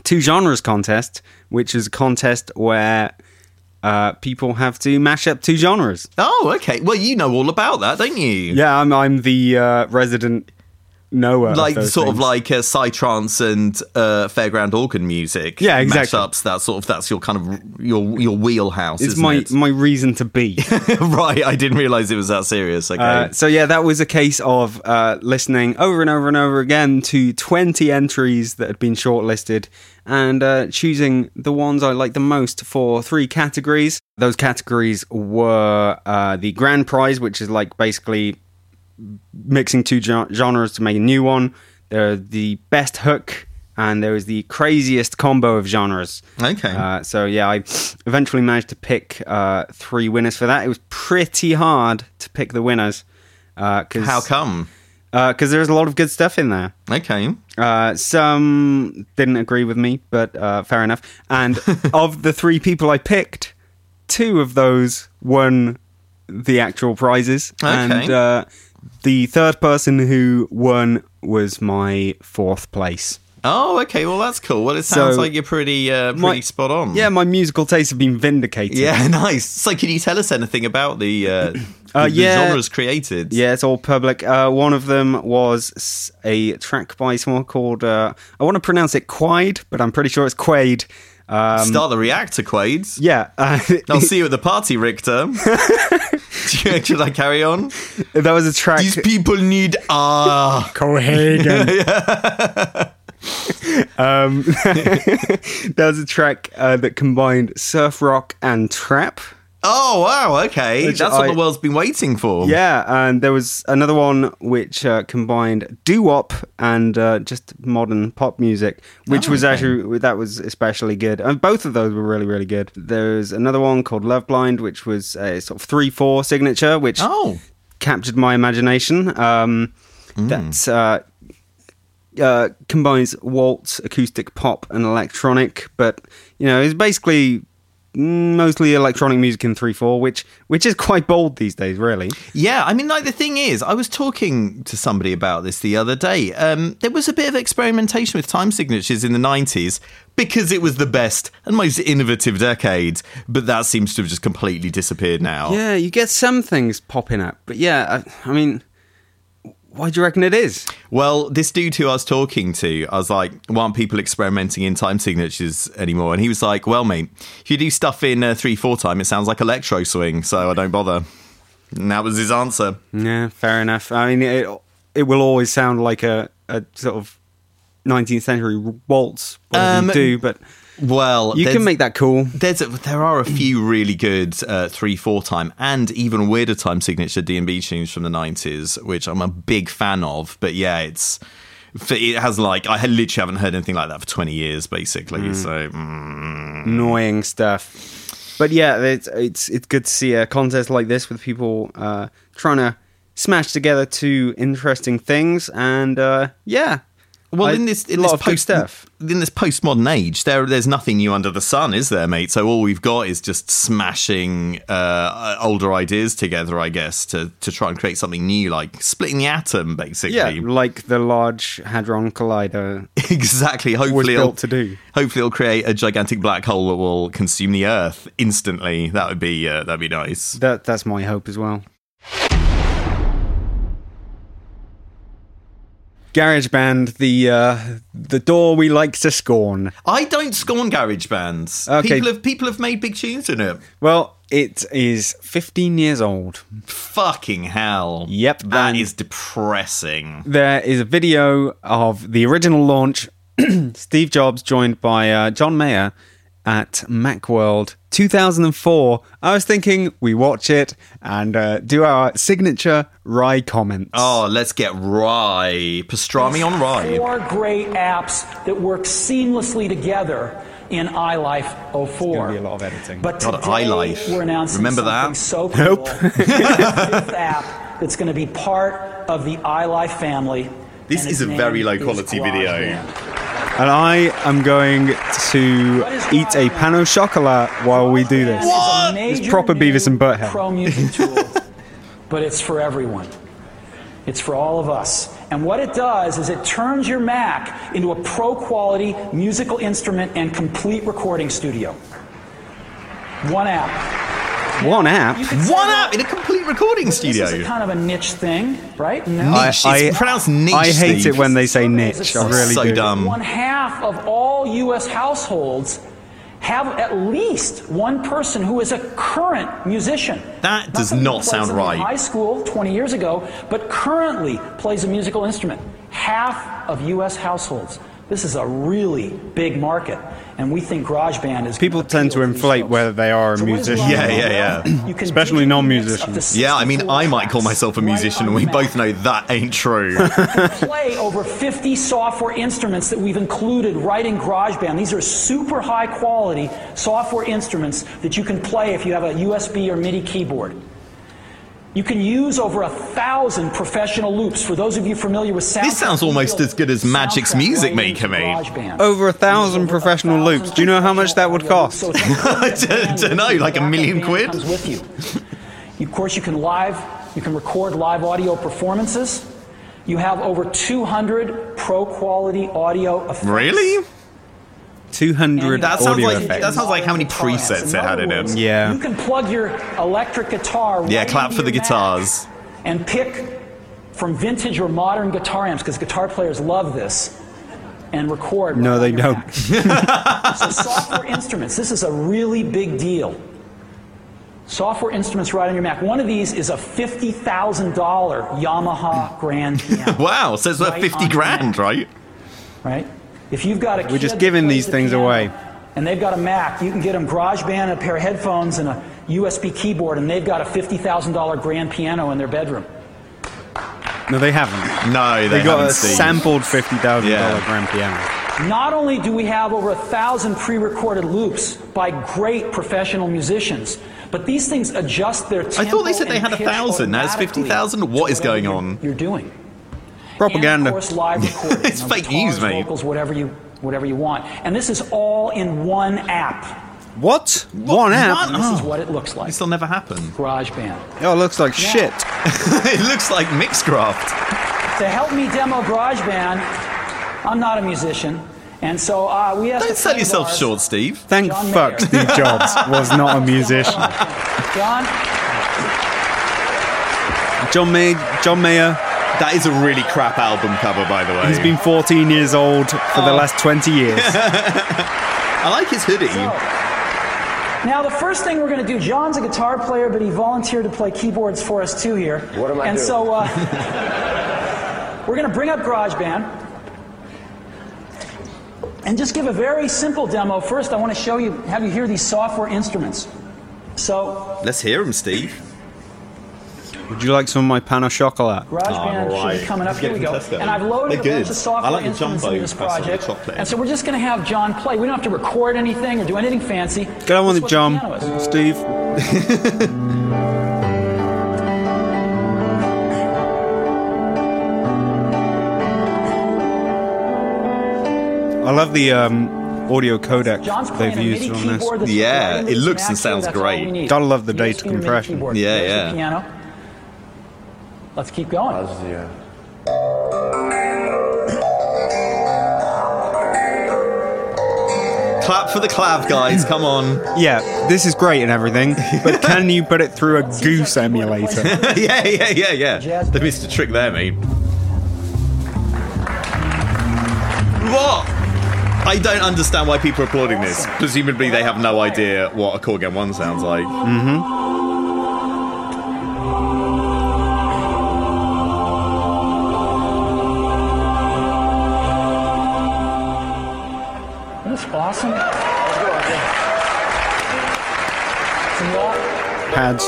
Speaker 1: Two Genres contest, which is a contest where uh, people have to mash up two genres.
Speaker 2: Oh, okay. Well, you know all about that, don't you?
Speaker 1: Yeah, I'm, I'm the uh, resident knower.
Speaker 2: Like
Speaker 1: of those
Speaker 2: sort
Speaker 1: things.
Speaker 2: of like uh, psytrance and uh, fairground organ music.
Speaker 1: Yeah, exactly.
Speaker 2: Mashups. That sort of that's your kind of your your wheelhouse.
Speaker 1: It's
Speaker 2: isn't
Speaker 1: my,
Speaker 2: it?
Speaker 1: my reason to be.
Speaker 2: right. I didn't realize it was that serious. Okay.
Speaker 1: Uh, so yeah, that was a case of uh, listening over and over and over again to 20 entries that had been shortlisted and uh, choosing the ones I liked the most for three categories. Those categories were uh, the grand prize, which is like basically mixing two gen- genres to make a new one. There are the best hook, and there is the craziest combo of genres.
Speaker 2: Okay.
Speaker 1: Uh, so yeah, I eventually managed to pick uh, three winners for that. It was pretty hard to pick the winners. Uh 'cause uh,
Speaker 2: How come?
Speaker 1: Because there's a lot of good stuff in there.
Speaker 2: Okay.
Speaker 1: Uh, some didn't agree with me, but uh, fair enough. And of the three people I picked, two of those won the actual prizes.
Speaker 2: Okay.
Speaker 1: And uh, the third person who won was my fourth place.
Speaker 2: Oh, okay. Well, that's cool. Well, it sounds
Speaker 1: So-
Speaker 2: like you're pretty uh, pretty
Speaker 1: My-
Speaker 2: spot on.
Speaker 1: Yeah, my musical tastes have been vindicated.
Speaker 2: Yeah, nice. So, can you tell us anything about the, uh,
Speaker 1: Uh,
Speaker 2: the
Speaker 1: yeah.
Speaker 2: genres created?
Speaker 1: Yeah, it's all public. Uh, one of them was s- a track by someone called, uh, I want to pronounce it Quaid, but I'm pretty sure it's Quaid. Um,
Speaker 2: Start the reactor, Quades.
Speaker 1: yeah, uh,
Speaker 2: I'll see you at the party, Richter. Should I carry on?
Speaker 1: that was a track.
Speaker 2: These people need ah.
Speaker 1: Cohagen. um, that was a track uh, that combined surf rock and trap.
Speaker 2: Oh wow, okay,
Speaker 1: Which
Speaker 2: that's
Speaker 1: I-
Speaker 2: what the world's been waiting for.
Speaker 1: Yeah, and there was another one which uh, combined doo wop and uh, just modern pop music, which
Speaker 2: Oh,
Speaker 1: was
Speaker 2: okay.
Speaker 1: actually that was especially good. And both of those were really really good. There's another one called Love Blind, which was a sort of three four signature, which
Speaker 2: Oh, Hmm.
Speaker 1: captured my imagination. Um, That uh, uh, combines waltz, acoustic pop, and electronic. But you know, it's basically mm, mostly electronic music in three four, which which is quite bold these days, really.
Speaker 2: yeah. I mean, like the thing is, I was talking to somebody about this the other day. Um, there was a bit of experimentation with time signatures in the '90s because it was the best and most innovative decade. But that seems to have just completely disappeared now.
Speaker 1: Yeah, you get some things popping up, but yeah, I, I mean, why do you reckon it is?
Speaker 2: Well, this dude who I was talking to, I was like, "Why aren't people experimenting in time signatures anymore?" And he was like, "Well, mate, if you do stuff in uh, three four time, it sounds like electro swing, so I don't bother." And that was his answer.
Speaker 1: Yeah, fair enough. I mean, it it will always sound like a, a sort of 19th century waltz, whatever
Speaker 2: Um,
Speaker 1: you do, but
Speaker 2: Well,
Speaker 1: you can
Speaker 2: there's-
Speaker 1: make that cool.
Speaker 2: There's a, there are a few really good uh, three four time and even weirder time signature D and B tunes from the nineties, which I'm a big fan of. But yeah, it's it has like I literally haven't heard anything like that for twenty years, basically. So mm.
Speaker 1: annoying stuff. But yeah, it's it's it's good to see a contest like this with people uh, trying to smash together two interesting things, and uh, yeah,
Speaker 2: Well,
Speaker 1: I-
Speaker 2: in this in
Speaker 1: lot
Speaker 2: this
Speaker 1: of good
Speaker 2: post
Speaker 1: stuff.
Speaker 2: in this postmodern age, there there's nothing new under the sun, is there, mate? So all we've got is just smashing uh, older ideas together, I guess, to to try and create something new, like splitting the atom, basically.
Speaker 1: Yeah, like the Large Hadron Collider.
Speaker 2: exactly. Hopefully,
Speaker 1: built
Speaker 2: it'll,
Speaker 1: to do.
Speaker 2: Hopefully, it'll create a gigantic black hole that will consume the Earth instantly. That would be uh, that'd be nice.
Speaker 1: That that's my hope as well. GarageBand, the uh, the door we like to scorn.
Speaker 2: I don't scorn garage bands.
Speaker 1: Okay.
Speaker 2: People have people have made big tunes in it.
Speaker 1: Well, it is 15 years old.
Speaker 2: Fucking hell.
Speaker 1: Yep,
Speaker 2: That
Speaker 1: and-
Speaker 2: is depressing.
Speaker 1: there is a video of the original launch. Steve Jobs joined by uh, John Mayer at Macworld 2004. I was thinking we watch it and uh, do our signature Rye comments.
Speaker 2: Oh, let's get rye. Pastrami on rye.
Speaker 3: four great apps that work seamlessly together in iLife 04. It's going
Speaker 1: be a lot of editing.
Speaker 3: But
Speaker 2: God,
Speaker 3: today
Speaker 2: iLife.
Speaker 3: we're announcing
Speaker 2: Remember that?
Speaker 3: something so cool.
Speaker 1: Nope.
Speaker 3: It's the app that's going to be part of the iLife family.
Speaker 2: This
Speaker 3: and
Speaker 2: is
Speaker 3: its
Speaker 2: a very
Speaker 3: name
Speaker 2: low
Speaker 3: is
Speaker 2: quality video.
Speaker 3: GarageBand.
Speaker 1: And I am going to
Speaker 3: What is
Speaker 1: eat a pan au chocolat while Oh, we do this.
Speaker 3: What?
Speaker 1: It's proper Beavis and Butthead.
Speaker 3: Pro music tool, but it's for everyone. It's for all of us. And what it does is it turns your Mac into a pro quality musical instrument and complete recording studio. One app.
Speaker 1: One app.
Speaker 2: One up in a complete recording studio.
Speaker 3: This is a kind of a niche thing, right?
Speaker 2: Niche.
Speaker 3: No.
Speaker 2: It's pronounced niche,
Speaker 1: I hate
Speaker 2: Steve.
Speaker 1: it when they say
Speaker 3: Surveys
Speaker 1: niche. I
Speaker 3: have
Speaker 1: really
Speaker 2: So
Speaker 1: do.
Speaker 2: dumb.
Speaker 3: One half of all U.S. households have at least one person who is a current musician.
Speaker 2: That does
Speaker 3: somebody
Speaker 2: not
Speaker 3: who plays
Speaker 2: sound
Speaker 3: in
Speaker 2: right.
Speaker 3: High school 20 years ago, but currently plays a musical instrument. Half of U.S. households. This is a really big market, and we think GarageBand is.
Speaker 1: People
Speaker 3: gonna
Speaker 1: tend to
Speaker 3: appeal these
Speaker 1: inflate
Speaker 3: folks.
Speaker 1: whether they are a
Speaker 3: So what is
Speaker 1: musician.
Speaker 2: Yeah,
Speaker 3: GarageBand?
Speaker 2: yeah, yeah.
Speaker 3: You can
Speaker 1: Especially
Speaker 3: digitally mix up
Speaker 1: non-musicians.
Speaker 3: to
Speaker 2: Yeah, I mean,
Speaker 3: 64
Speaker 2: I might call
Speaker 3: tracks
Speaker 2: myself a
Speaker 3: right
Speaker 2: musician, and
Speaker 3: on
Speaker 2: we
Speaker 3: Mac
Speaker 2: both know that ain't true.
Speaker 3: play over 50 software instruments that we've included right in GarageBand. These are super high quality software instruments that you can play if you have a USB or MIDI keyboard. You can use over a thousand professional loops. For those of you familiar with sound,
Speaker 2: This sounds almost as good as Magic's Music Maker made.
Speaker 1: Over a thousand professional loops. Do you know how much that would cost?
Speaker 3: I
Speaker 2: don't- dunno, like a million quid?
Speaker 3: Comes with you. You- Of course, you can live, you can record live audio performances. You have over 200 pro quality audio effects.
Speaker 2: really?
Speaker 1: 200
Speaker 2: That sounds
Speaker 1: audio
Speaker 2: like-
Speaker 1: effects.
Speaker 2: that sounds like how many presets it had in it.
Speaker 1: Yeah.
Speaker 3: You can plug your electric guitar.
Speaker 2: Yeah,
Speaker 3: right
Speaker 2: clap
Speaker 3: into
Speaker 2: for the
Speaker 3: your Mac
Speaker 2: guitars.
Speaker 3: And pick from vintage or modern guitar amps because guitar players love this. And record.
Speaker 1: No,
Speaker 3: right
Speaker 1: they
Speaker 3: on your
Speaker 1: don't.
Speaker 3: Mac. so software instruments. This is a really big deal. Software instruments right on your Mac. One of these is a fifty thousand dollar Yamaha grand piano.
Speaker 2: Wow, so it's worth
Speaker 3: Right
Speaker 2: 50
Speaker 3: on
Speaker 2: grand,
Speaker 3: Mac.
Speaker 2: right?
Speaker 3: right? If you've got a
Speaker 1: We're just
Speaker 3: kid that
Speaker 1: giving
Speaker 3: plays
Speaker 1: these
Speaker 3: the
Speaker 1: things
Speaker 3: piano
Speaker 1: away.
Speaker 3: And they've got a Mac. You can get them GarageBand, a pair of headphones, and a USB keyboard, and they've got a fifty thousand dollar grand piano in their bedroom.
Speaker 1: No, they haven't.
Speaker 2: No, they,
Speaker 1: They got
Speaker 2: haven't
Speaker 1: a
Speaker 2: seen.
Speaker 1: sampled $50,000
Speaker 2: Yeah.
Speaker 1: grand piano.
Speaker 3: Not only do we have over a thousand pre-recorded loops by great professional musicians, but these things adjust their. Tempo
Speaker 2: I thought they said they
Speaker 3: and
Speaker 2: had a
Speaker 3: pitch
Speaker 2: thousand. Now it's
Speaker 3: automatically
Speaker 2: 50,000? What
Speaker 3: to
Speaker 2: is going
Speaker 3: whatever
Speaker 2: on?
Speaker 3: You're doing. And
Speaker 1: Propaganda.
Speaker 3: of course, live recording.
Speaker 2: It's
Speaker 3: you know,
Speaker 2: fake news,
Speaker 3: guitars,
Speaker 2: mate.
Speaker 3: Vocals, whatever you, whatever you want, and this is all in one app.
Speaker 1: What? One app?
Speaker 2: One-
Speaker 3: This is
Speaker 2: Oh.
Speaker 3: what it looks like.
Speaker 2: This'll never happen.
Speaker 3: GarageBand.
Speaker 1: Oh, it looks like shit.
Speaker 2: it looks like Mixcraft.
Speaker 3: To help me demo GarageBand, I'm not a musician, and so uh, we asked. a
Speaker 2: Don't sell
Speaker 3: friend of
Speaker 2: yourself
Speaker 3: ours-
Speaker 2: short, Steve.
Speaker 1: Thank
Speaker 3: John
Speaker 1: fuck
Speaker 3: Mayer.
Speaker 1: Steve Jobs was not a musician.
Speaker 3: John,
Speaker 1: John May, John Mayer,
Speaker 2: That is a really crap album cover, by the way.
Speaker 1: he's been 14 years old for the
Speaker 2: Oh.
Speaker 1: last 20 years.
Speaker 2: I like his hoodie.
Speaker 3: so, now the first thing we're going to do. John's a guitar player, but he volunteered to play keyboards for us too here.
Speaker 4: What am I
Speaker 3: And
Speaker 4: doing?
Speaker 3: so uh, we're going to bring up GarageBand. And just give a very simple demo. First, I want to show you, have you hear these software instruments. So
Speaker 2: Let's hear him, Steve.
Speaker 1: Would you like some of my pan au chocolat?
Speaker 2: Oh, I'm
Speaker 3: GarageBand
Speaker 2: all right.
Speaker 3: should be coming up.
Speaker 2: Let's
Speaker 3: Here
Speaker 2: get
Speaker 3: we go.
Speaker 2: Contessa.
Speaker 3: And I've loaded
Speaker 2: They're good.
Speaker 3: a bunch of
Speaker 2: I
Speaker 3: software
Speaker 2: like the
Speaker 3: instruments
Speaker 2: jumbo
Speaker 3: into this
Speaker 2: press on the
Speaker 3: project.
Speaker 2: chocolate.
Speaker 3: And so we're just going to have John play. We don't have to record anything or do anything fancy.
Speaker 1: Get on
Speaker 3: That's
Speaker 1: with it,
Speaker 3: what
Speaker 1: John.
Speaker 3: the piano is.
Speaker 1: Steve. I love the um, audio codec
Speaker 3: John's playing
Speaker 1: they've
Speaker 3: a
Speaker 1: used
Speaker 3: MIDI
Speaker 1: on this.
Speaker 3: keyboard that's
Speaker 2: Yeah,
Speaker 3: right in
Speaker 2: it
Speaker 3: this
Speaker 2: looks and
Speaker 3: Mac here.
Speaker 2: sounds
Speaker 3: That's all we
Speaker 2: great.
Speaker 3: need.
Speaker 1: Gotta love the
Speaker 3: USB or
Speaker 1: data
Speaker 3: MIDI
Speaker 1: compression.
Speaker 3: keyboard.
Speaker 2: Yeah,
Speaker 3: There's
Speaker 2: yeah.
Speaker 3: The piano. Let's keep going.
Speaker 4: How's the, uh,
Speaker 2: Clap for the clav, guys. Come on.
Speaker 1: Yeah, this is great and everything, but can you put it through a
Speaker 3: Let's use
Speaker 1: goose
Speaker 3: our keyboard to play
Speaker 1: emulator?
Speaker 3: some-
Speaker 2: yeah, yeah, yeah, yeah.
Speaker 3: Jazz.
Speaker 2: They missed a trick there, mate. What? I don't understand why people are applauding this. Presumably, they have no idea what a Korgan 1 sounds like.
Speaker 3: Isn't this awesome? Some raw-
Speaker 1: Pads.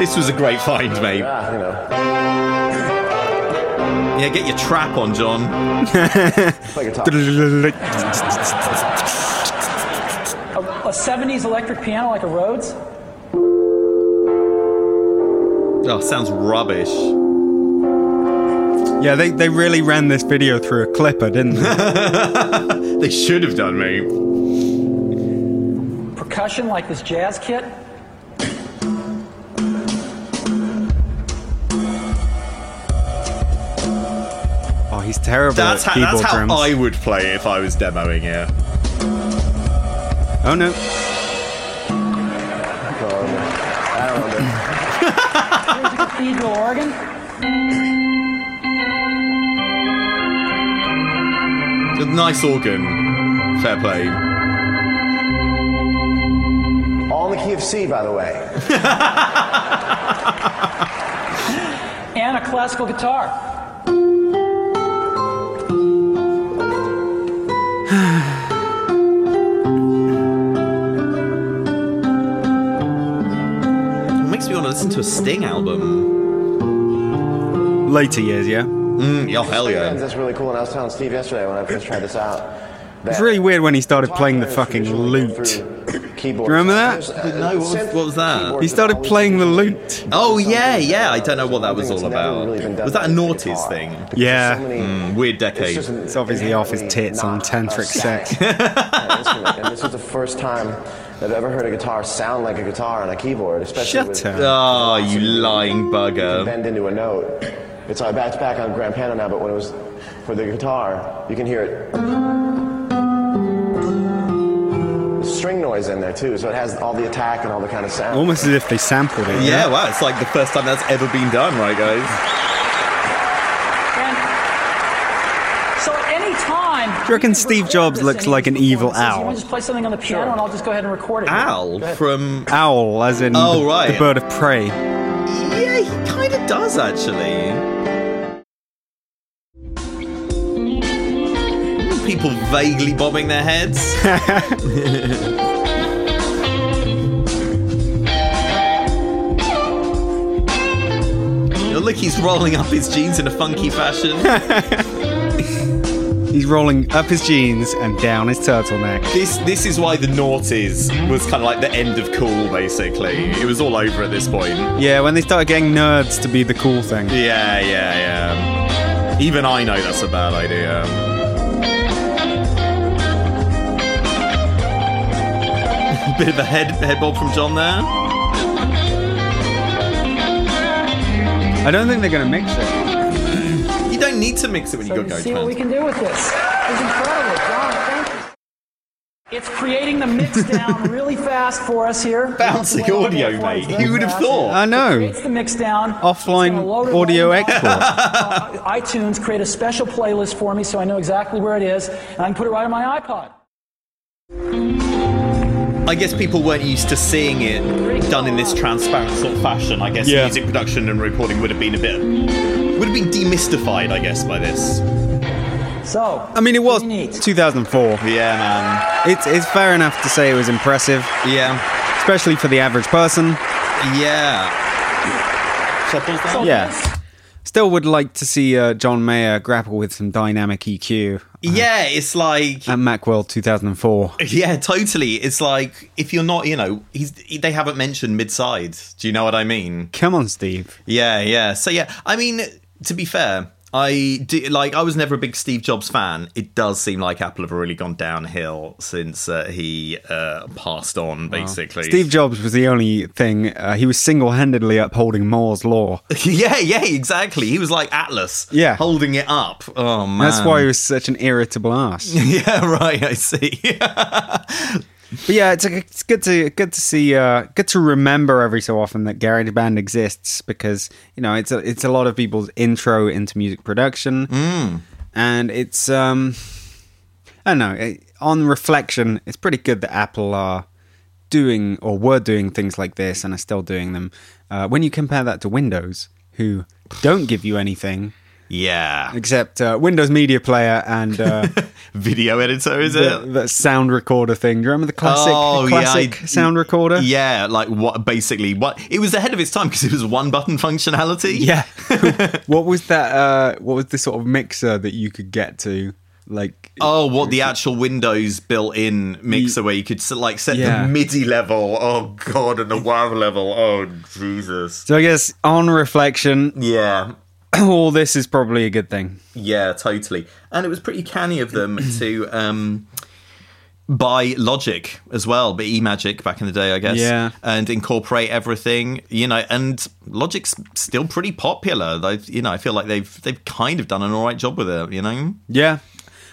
Speaker 2: This was a great find, mate.
Speaker 4: yeah, Ah, you know,
Speaker 2: Yeah, get your trap on, John.
Speaker 4: play guitar.
Speaker 3: a, a 70s electric piano like a Rhodes.
Speaker 2: Oh, sounds rubbish.
Speaker 1: Yeah, they, they really ran this video through a clipper, didn't they?
Speaker 2: They should have done, mate.
Speaker 3: Percussion like this jazz kit.
Speaker 1: oh, he's terrible
Speaker 2: That's,
Speaker 1: at
Speaker 2: how
Speaker 1: keyboard
Speaker 2: that's how
Speaker 1: drums.
Speaker 2: I would play it if I was demoing it.
Speaker 1: Oh no.
Speaker 3: Here's a cathedral organ.
Speaker 2: With nice organ. Fair play.
Speaker 4: All in the key of C, by the way.
Speaker 3: and a classical guitar.
Speaker 2: It makes me want to listen to a Sting album.
Speaker 1: Later years, yeah.
Speaker 2: Mm, oh, hell
Speaker 4: Fans,
Speaker 2: yeah.
Speaker 4: That's really cool. And I was telling Steve yesterday when I first tried this out.
Speaker 1: It's really weird when he started playing the fucking lute.
Speaker 4: Keyboard.
Speaker 1: remember that?
Speaker 4: uh,
Speaker 2: No, what was- what was that?
Speaker 1: He started playing the lute.
Speaker 2: Oh, yeah, yeah. I don't know what that was all about. Was that a noughties
Speaker 4: naughties
Speaker 2: thing? Hmm,
Speaker 1: Yeah.
Speaker 2: Weird decade.
Speaker 1: It's obviously off his tits on tantric sex.
Speaker 4: and this is the first time that I've ever heard a guitar sound like a guitar on a keyboard, especially
Speaker 1: Shut
Speaker 4: with
Speaker 1: up.
Speaker 2: Oh, you lying bugger.
Speaker 4: bend into a note. It's on back to back on grand piano now, but when it was for the guitar, you can hear it. There's String noise in there too, so it has all the attack and all the kind of sound.
Speaker 1: Almost as if they sampled it.
Speaker 2: Yeah, wow. It's like the first time that's ever been done, right, guys?
Speaker 3: And so anytime. Do
Speaker 1: you reckon Steve Jobs looks like an evil
Speaker 3: You
Speaker 1: owl?
Speaker 3: want to just play something on the piano, and I'll just go ahead and record it.
Speaker 2: Al from.
Speaker 1: Owl, as in
Speaker 2: Oh,
Speaker 1: the,
Speaker 2: right.
Speaker 1: the bird of prey.
Speaker 2: Yeah, he kind of does, actually. People vaguely bobbing their heads. Oh, Look, he's rolling up his jeans in a funky fashion.
Speaker 1: He's rolling up his jeans and down his turtleneck.
Speaker 2: this this is why the noughties was kind of like the end of cool, basically. It was all over at this point.
Speaker 1: Yeah, when they started getting nerds to be the cool thing.
Speaker 2: Yeah, yeah, yeah. Even I know that's a bad idea. Bit of a head head bob from John there.
Speaker 1: I don't think they're going to mix it.
Speaker 2: You don't need to mix it when
Speaker 3: So
Speaker 2: you
Speaker 3: you
Speaker 2: go
Speaker 3: can
Speaker 2: go
Speaker 3: see what we
Speaker 2: trans.
Speaker 3: can do with this. It's incredible, John. Thank you. It's creating the mix down really fast for us here.
Speaker 2: Bouncy audio, mate. Who would have thought?
Speaker 1: I know.
Speaker 3: Creates the mix down. It's gonna load
Speaker 1: Offline
Speaker 3: it
Speaker 1: audio
Speaker 3: right now.
Speaker 1: export.
Speaker 3: Uh, iTunes create a special playlist for me so I know exactly where it is, and I can put it right on my iPod.
Speaker 2: I guess people weren't used to seeing it done in this transparent sort of fashion. I guess
Speaker 1: Yeah.
Speaker 2: music production and recording would have been a bit would have been demystified, I guess, by this.
Speaker 3: So
Speaker 1: I mean, it was
Speaker 3: neat.
Speaker 1: 2004.
Speaker 2: Yeah, man.
Speaker 1: It's, it's fair enough to say it was impressive,
Speaker 2: Yeah.
Speaker 1: especially for the average person.
Speaker 2: Yeah.
Speaker 3: So
Speaker 1: Yeah.
Speaker 3: this-
Speaker 1: Still would like to see uh, John Mayer grapple with some dynamic E EQ
Speaker 2: Yeah, it's like
Speaker 1: at Macworld 2004.
Speaker 2: Yeah, totally. It's like if you're not, you know, he's they haven't mentioned mid-side. Do you know what I mean?
Speaker 1: Come on, Steve.
Speaker 2: Yeah, yeah. So yeah, I mean, to be fair, I do, like I was never a big Steve Jobs fan. It does seem like Apple have really gone downhill since uh, he uh, passed on, basically.
Speaker 1: Steve Jobs was the only thing, uh, he was single handedly upholding Moore's Law.
Speaker 2: yeah, yeah, exactly. He was like Atlas,
Speaker 1: Yeah.
Speaker 2: holding it up. Oh man,
Speaker 1: That's why he was such an irritable ass.
Speaker 2: yeah, right. I see.
Speaker 1: But yeah, it's, it's good to good to see, uh, good to remember every so often that GarageBand exists because you know it's a it's a lot of people's intro into music production,
Speaker 2: Mm.
Speaker 1: and it's um, I don't know. It, on reflection, it's pretty good that Apple are doing or were doing things like this and are still doing them. Uh, when you compare that to Windows, who don't give you anything
Speaker 2: yeah,
Speaker 1: except uh, Windows Media Player and. Uh,
Speaker 2: video editor is it?
Speaker 1: the, that sound recorder thing. Do you remember the classic, classic
Speaker 2: Oh, I-
Speaker 1: sound recorder?
Speaker 2: Yeah, like what? Basically, what it was ahead of its time because it was one button functionality.
Speaker 1: Yeah. what was that? Uh, what was the sort of mixer that you could get to? Like,
Speaker 2: Oh, what the actual Windows built-in mixer where you could s- like set
Speaker 1: Yeah.
Speaker 2: the MIDI level. Oh god, and the WAV level. Oh Jesus.
Speaker 1: so I guess on reflection,
Speaker 2: Yeah.
Speaker 1: all this is probably a good thing.
Speaker 2: Yeah, totally. And it was pretty canny of them to um, buy Logic as well, but eMagic back in the day, I guess.
Speaker 1: Yeah.
Speaker 2: And incorporate everything, you know. And Logic's still pretty popular. They've, you know, I feel like they've they've kind of done an all right job with it, you know.
Speaker 1: Yeah,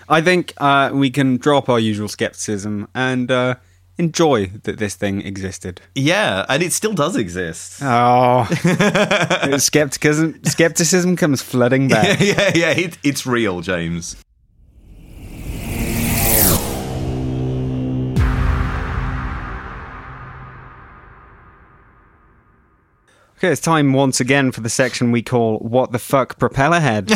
Speaker 1: I think uh, we can drop our usual skepticism and uh, enjoy that this thing existed.
Speaker 2: Yeah, and it still does exist.
Speaker 1: Oh, skepticism skepticism comes flooding back.
Speaker 2: yeah, yeah, it, it's real, James.
Speaker 1: Okay, it's time once again for the section we call "What the fuck, propeller head,"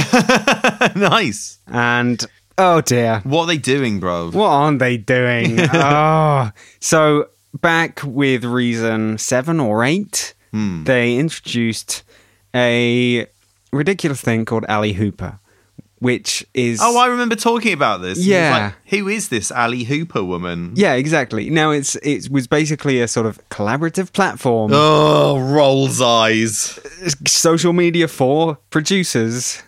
Speaker 2: nice.
Speaker 1: and oh dear,
Speaker 2: What are they doing, bro?
Speaker 1: what aren't they doing? oh, so back with Reason Seven or Eight,
Speaker 2: Hmm.
Speaker 1: they introduced a ridiculous thing called Ali Hooper, which is
Speaker 2: Oh, I remember talking about this. It's
Speaker 1: Yeah.
Speaker 2: like, who is this Ali Hooper woman?
Speaker 1: Yeah, exactly. Now it's it was basically a sort of collaborative platform,
Speaker 2: Oh, rolls eyes.
Speaker 1: social media for producers,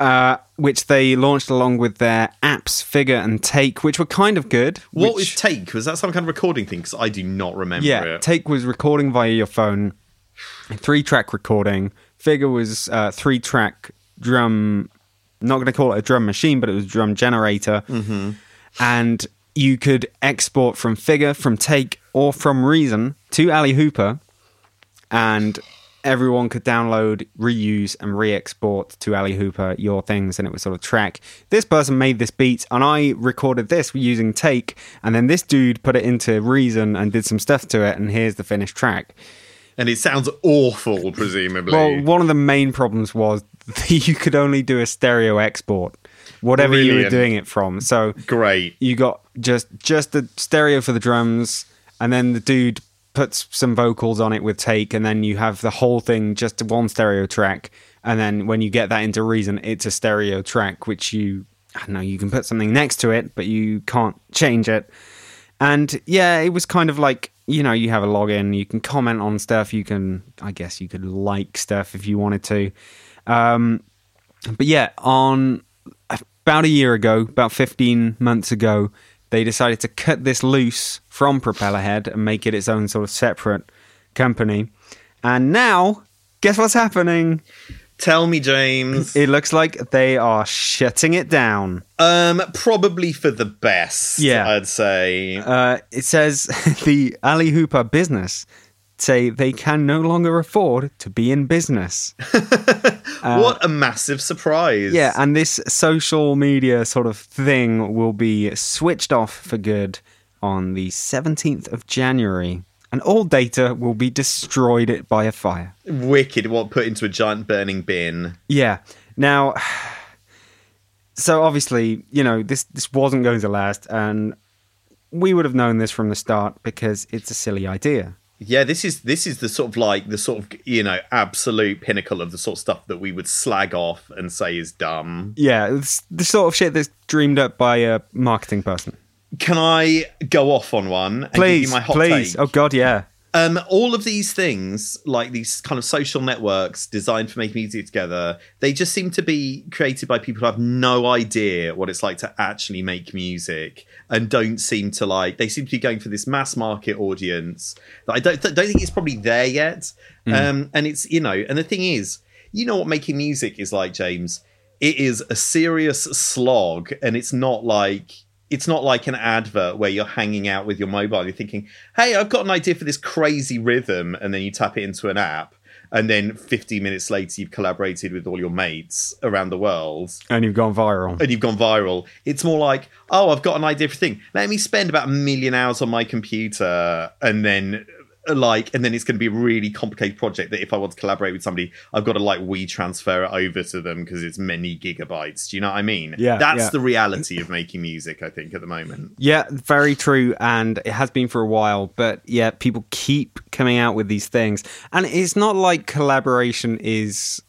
Speaker 1: uh, which they launched along with their apps Figure and Take, which were kind of good.
Speaker 2: What was
Speaker 1: which,
Speaker 2: take? Was that some kind of recording thing? Because I do not remember
Speaker 1: yeah?
Speaker 2: it.
Speaker 1: Take was recording via your phone, three track recording. Figure was uh, three track drum. Not going to call it a drum machine, but it was a drum generator, mm-hmm. and you could export from Figure, from Take, or from Reason to Ali Hooper, and everyone could download, reuse, and re-export to Ali Hooper your things, and it was sort of track. This person made this beat, and I recorded this using Take, and then this dude put it into Reason and did some stuff to it, and here's the finished track.
Speaker 2: And it sounds awful, presumably.
Speaker 1: Well, one of the main problems was that you could only do a stereo export, whatever you were
Speaker 2: Brilliant.
Speaker 1: doing it from. So
Speaker 2: Great.
Speaker 1: you got just just the stereo for the drums, and then the dude puts some vocals on it with take, and then you have the whole thing just to one stereo track. And then when you get that into Reason, it's a stereo track, which you I don't know you can put something next to it, but you can't change it. And yeah, it was kind of like you know you have a login, you can comment on stuff, you can I guess you could like stuff if you wanted to. Um, but yeah, on about a year ago, about 15 months ago, they decided to cut this loose from Propellerhead and make it its own sort of separate company. And now, guess what's happening?
Speaker 2: Tell me, James.
Speaker 1: It looks like they are shutting it down.
Speaker 2: um, probably for the best.
Speaker 1: Yeah.
Speaker 2: I'd say.
Speaker 1: Uh, it says the Ali Hooper business say they can no longer afford to be in business.
Speaker 2: what a massive surprise.
Speaker 1: uh, Yeah, uh and this social media sort of thing will be switched off for good on the 17th of January, and all data will be destroyed by a fire.
Speaker 2: Wicked. What put into a giant burning bin?
Speaker 1: Yeah. Now, so obviously, you know, this, this wasn't going to last, and we would have known this from the start because it's a silly idea.
Speaker 2: Yeah, this is this is the sort of like the sort of you know absolute pinnacle of the sort of stuff that we would slag off and say is dumb.
Speaker 1: Yeah, it's the sort of shit that's dreamed up by a marketing person.
Speaker 2: Can I go off on one? And give
Speaker 1: Please,
Speaker 2: you my hot
Speaker 1: please.
Speaker 2: take?
Speaker 1: Oh, God, yeah.
Speaker 2: Um, all of these things, like these kind of social networks designed for making music together, they just seem to be created by people who have no idea what it's like to actually make music and don't seem to like. They seem to be going for this mass market audience that I don't don't think it's probably there yet. Um, and it's you know, and the thing is, you know what making music is like, James. It is a serious slog, and it's not like it's not like an advert where you're hanging out with your mobile and you're thinking, hey, I've got an idea for this crazy rhythm. And then you tap it into an app. And then 50 minutes later, you've collaborated with all your mates around the world
Speaker 1: And you've gone viral.
Speaker 2: and you've gone viral. It's more like, oh, I've got an idea for a thing. Let me spend about a million hours on my computer and then uh, like and then it's going to be a really complicated project that if i want to collaborate with somebody i've got to like we transfer it over to them because it's many gigabytes do you know what i mean
Speaker 1: Yeah,
Speaker 2: that's
Speaker 1: yeah.
Speaker 2: the reality of making music i think at the moment
Speaker 1: Yeah, very true, and it has been for a while. But yeah, people keep coming out with these things, and it's not like collaboration is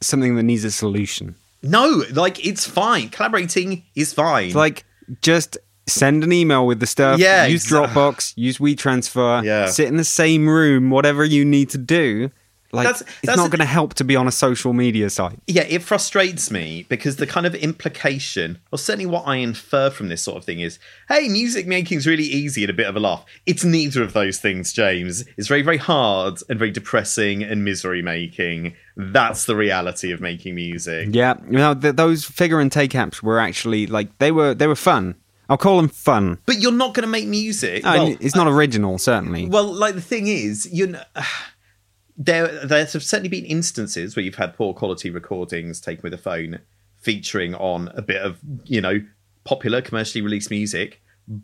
Speaker 1: something that needs a solution.
Speaker 2: No, like it's fine. Collaborating is fine.
Speaker 1: It's like just send an email with the stuff.
Speaker 2: Mm. Yeah,
Speaker 1: use
Speaker 2: exa-
Speaker 1: Dropbox, use WeTransfer.
Speaker 2: Yeah.
Speaker 1: sit in the same room, whatever you need to do, Like,
Speaker 2: That's-
Speaker 1: it's
Speaker 2: that's
Speaker 1: not
Speaker 2: a-
Speaker 1: going to help to be on a social media site.
Speaker 2: yeah, it frustrates me because the kind of implication, or certainly what I infer from this sort of thing, is hey, music making's really easy and a bit of a laugh. It's neither of those things, James. It's very, very hard and very depressing and misery making. That's the reality of making music.
Speaker 1: Yeah, you know, th- those figure and take apps were actually like they were they were fun. I'll call them fun.
Speaker 2: But you're not going to make music.
Speaker 1: I mean,
Speaker 2: well,
Speaker 1: it's not original, certainly.
Speaker 2: Well, like the thing is, you know, there there have certainly been instances where you've had poor quality recordings taken with a phone, featuring on a bit of you know popular commercially released music.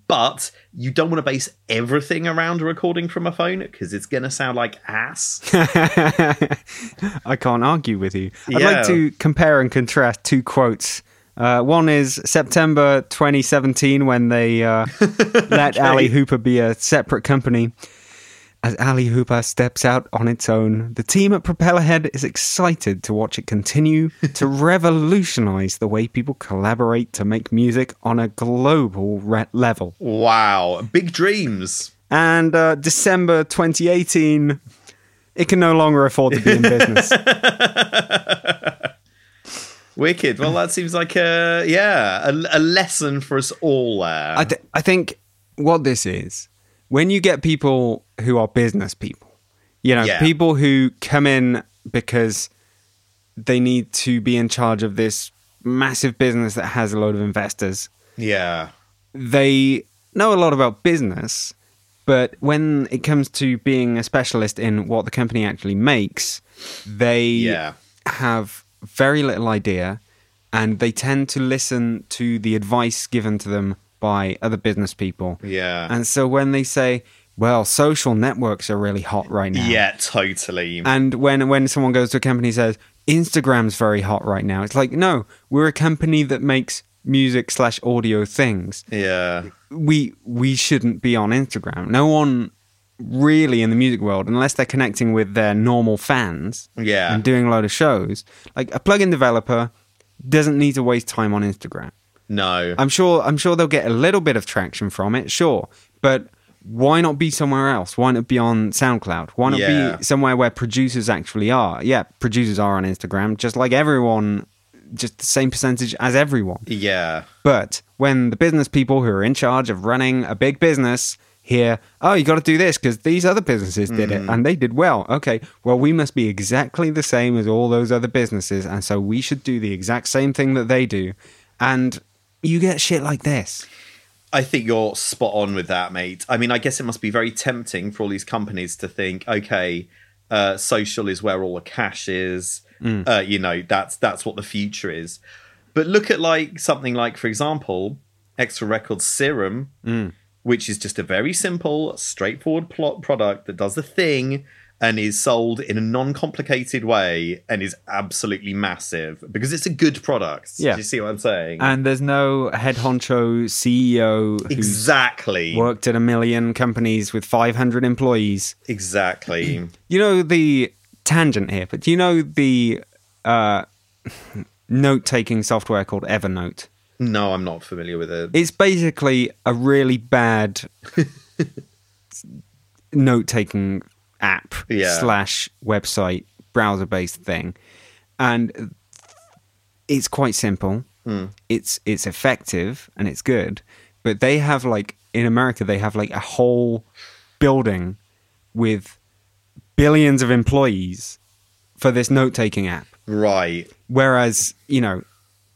Speaker 2: But you don't want to base everything around a recording from a phone because it's going to sound like ass.
Speaker 1: I can't argue with you. I'd
Speaker 2: Yeah.
Speaker 1: like to compare and contrast two quotes. Uh, one is September 2017 when they uh, let Ali Hooper be a separate company. As Ali Hooper steps out on its own, the team at Propellerhead is excited to watch it continue to revolutionize the way people collaborate to make music on a global re- level.
Speaker 2: wow. Big dreams.
Speaker 1: And uh, December 2018, it can no longer afford to be in business.
Speaker 2: Wicked. Well, that seems like a, yeah, a, a lesson for us all there.
Speaker 1: I, th- I think what this is when you get people who are business people, you know,
Speaker 2: Yeah.
Speaker 1: people who come in because they need to be in charge of this massive business that has a load of investors.
Speaker 2: yeah.
Speaker 1: They know a lot about business, but when it comes to being a specialist in what the company actually makes, they
Speaker 2: Yeah.
Speaker 1: have very little idea and they tend to listen to the advice given to them by other business people.
Speaker 2: Yeah.
Speaker 1: And so when they say, well, social networks are really hot right now.
Speaker 2: Yeah, totally.
Speaker 1: And when when someone goes to a company and says, Instagram's very hot right now, it's like, no, we're a company that makes music slash audio things.
Speaker 2: yeah.
Speaker 1: We we shouldn't be on Instagram. No one really in the music world, unless they're connecting with their normal fans
Speaker 2: Yeah.
Speaker 1: and doing a load of shows. Like a plugin developer doesn't need to waste time on Instagram.
Speaker 2: No.
Speaker 1: I'm sure I'm sure they'll get a little bit of traction from it, sure. But why not be somewhere else? Why not be on SoundCloud? Why not
Speaker 2: Yeah.
Speaker 1: be somewhere where producers actually are? Yeah, producers are on Instagram, just like everyone, just the same percentage as everyone.
Speaker 2: yeah.
Speaker 1: But when the business people who are in charge of running a big business hear, oh, you got to do this because these other businesses did it and they did well. Okay, well, we must be exactly the same as all those other businesses. And so we should do the exact same thing that they do. And you get shit like this.
Speaker 2: I think you're spot on with that, mate. I mean, I guess it must be very tempting for all these companies to think, okay, uh, social is where all the cash is.
Speaker 1: Mm.
Speaker 2: Uh, you know, that's that's what the future is. But look at like something like, for example, Extra Records Serum,
Speaker 1: Mm.
Speaker 2: which is just a very simple, straightforward plot product that does the thing and is sold in a non-complicated way and is absolutely massive because it's a good product.
Speaker 1: Yeah.
Speaker 2: Do you see what I'm saying?
Speaker 1: And there's no head honcho CEO who's
Speaker 2: exactly.
Speaker 1: worked at a million companies with 500 employees.
Speaker 2: Exactly.
Speaker 1: You know the tangent here, but do you know the uh, note taking software called Evernote?
Speaker 2: No, I'm not familiar with it.
Speaker 1: It's basically a really bad note taking app
Speaker 2: Yeah.
Speaker 1: slash website browser based thing. And it's quite simple. It's it's effective and it's good. But they have like in America they have like a whole building with billions of employees for this note taking app.
Speaker 2: Right.
Speaker 1: Whereas, you know,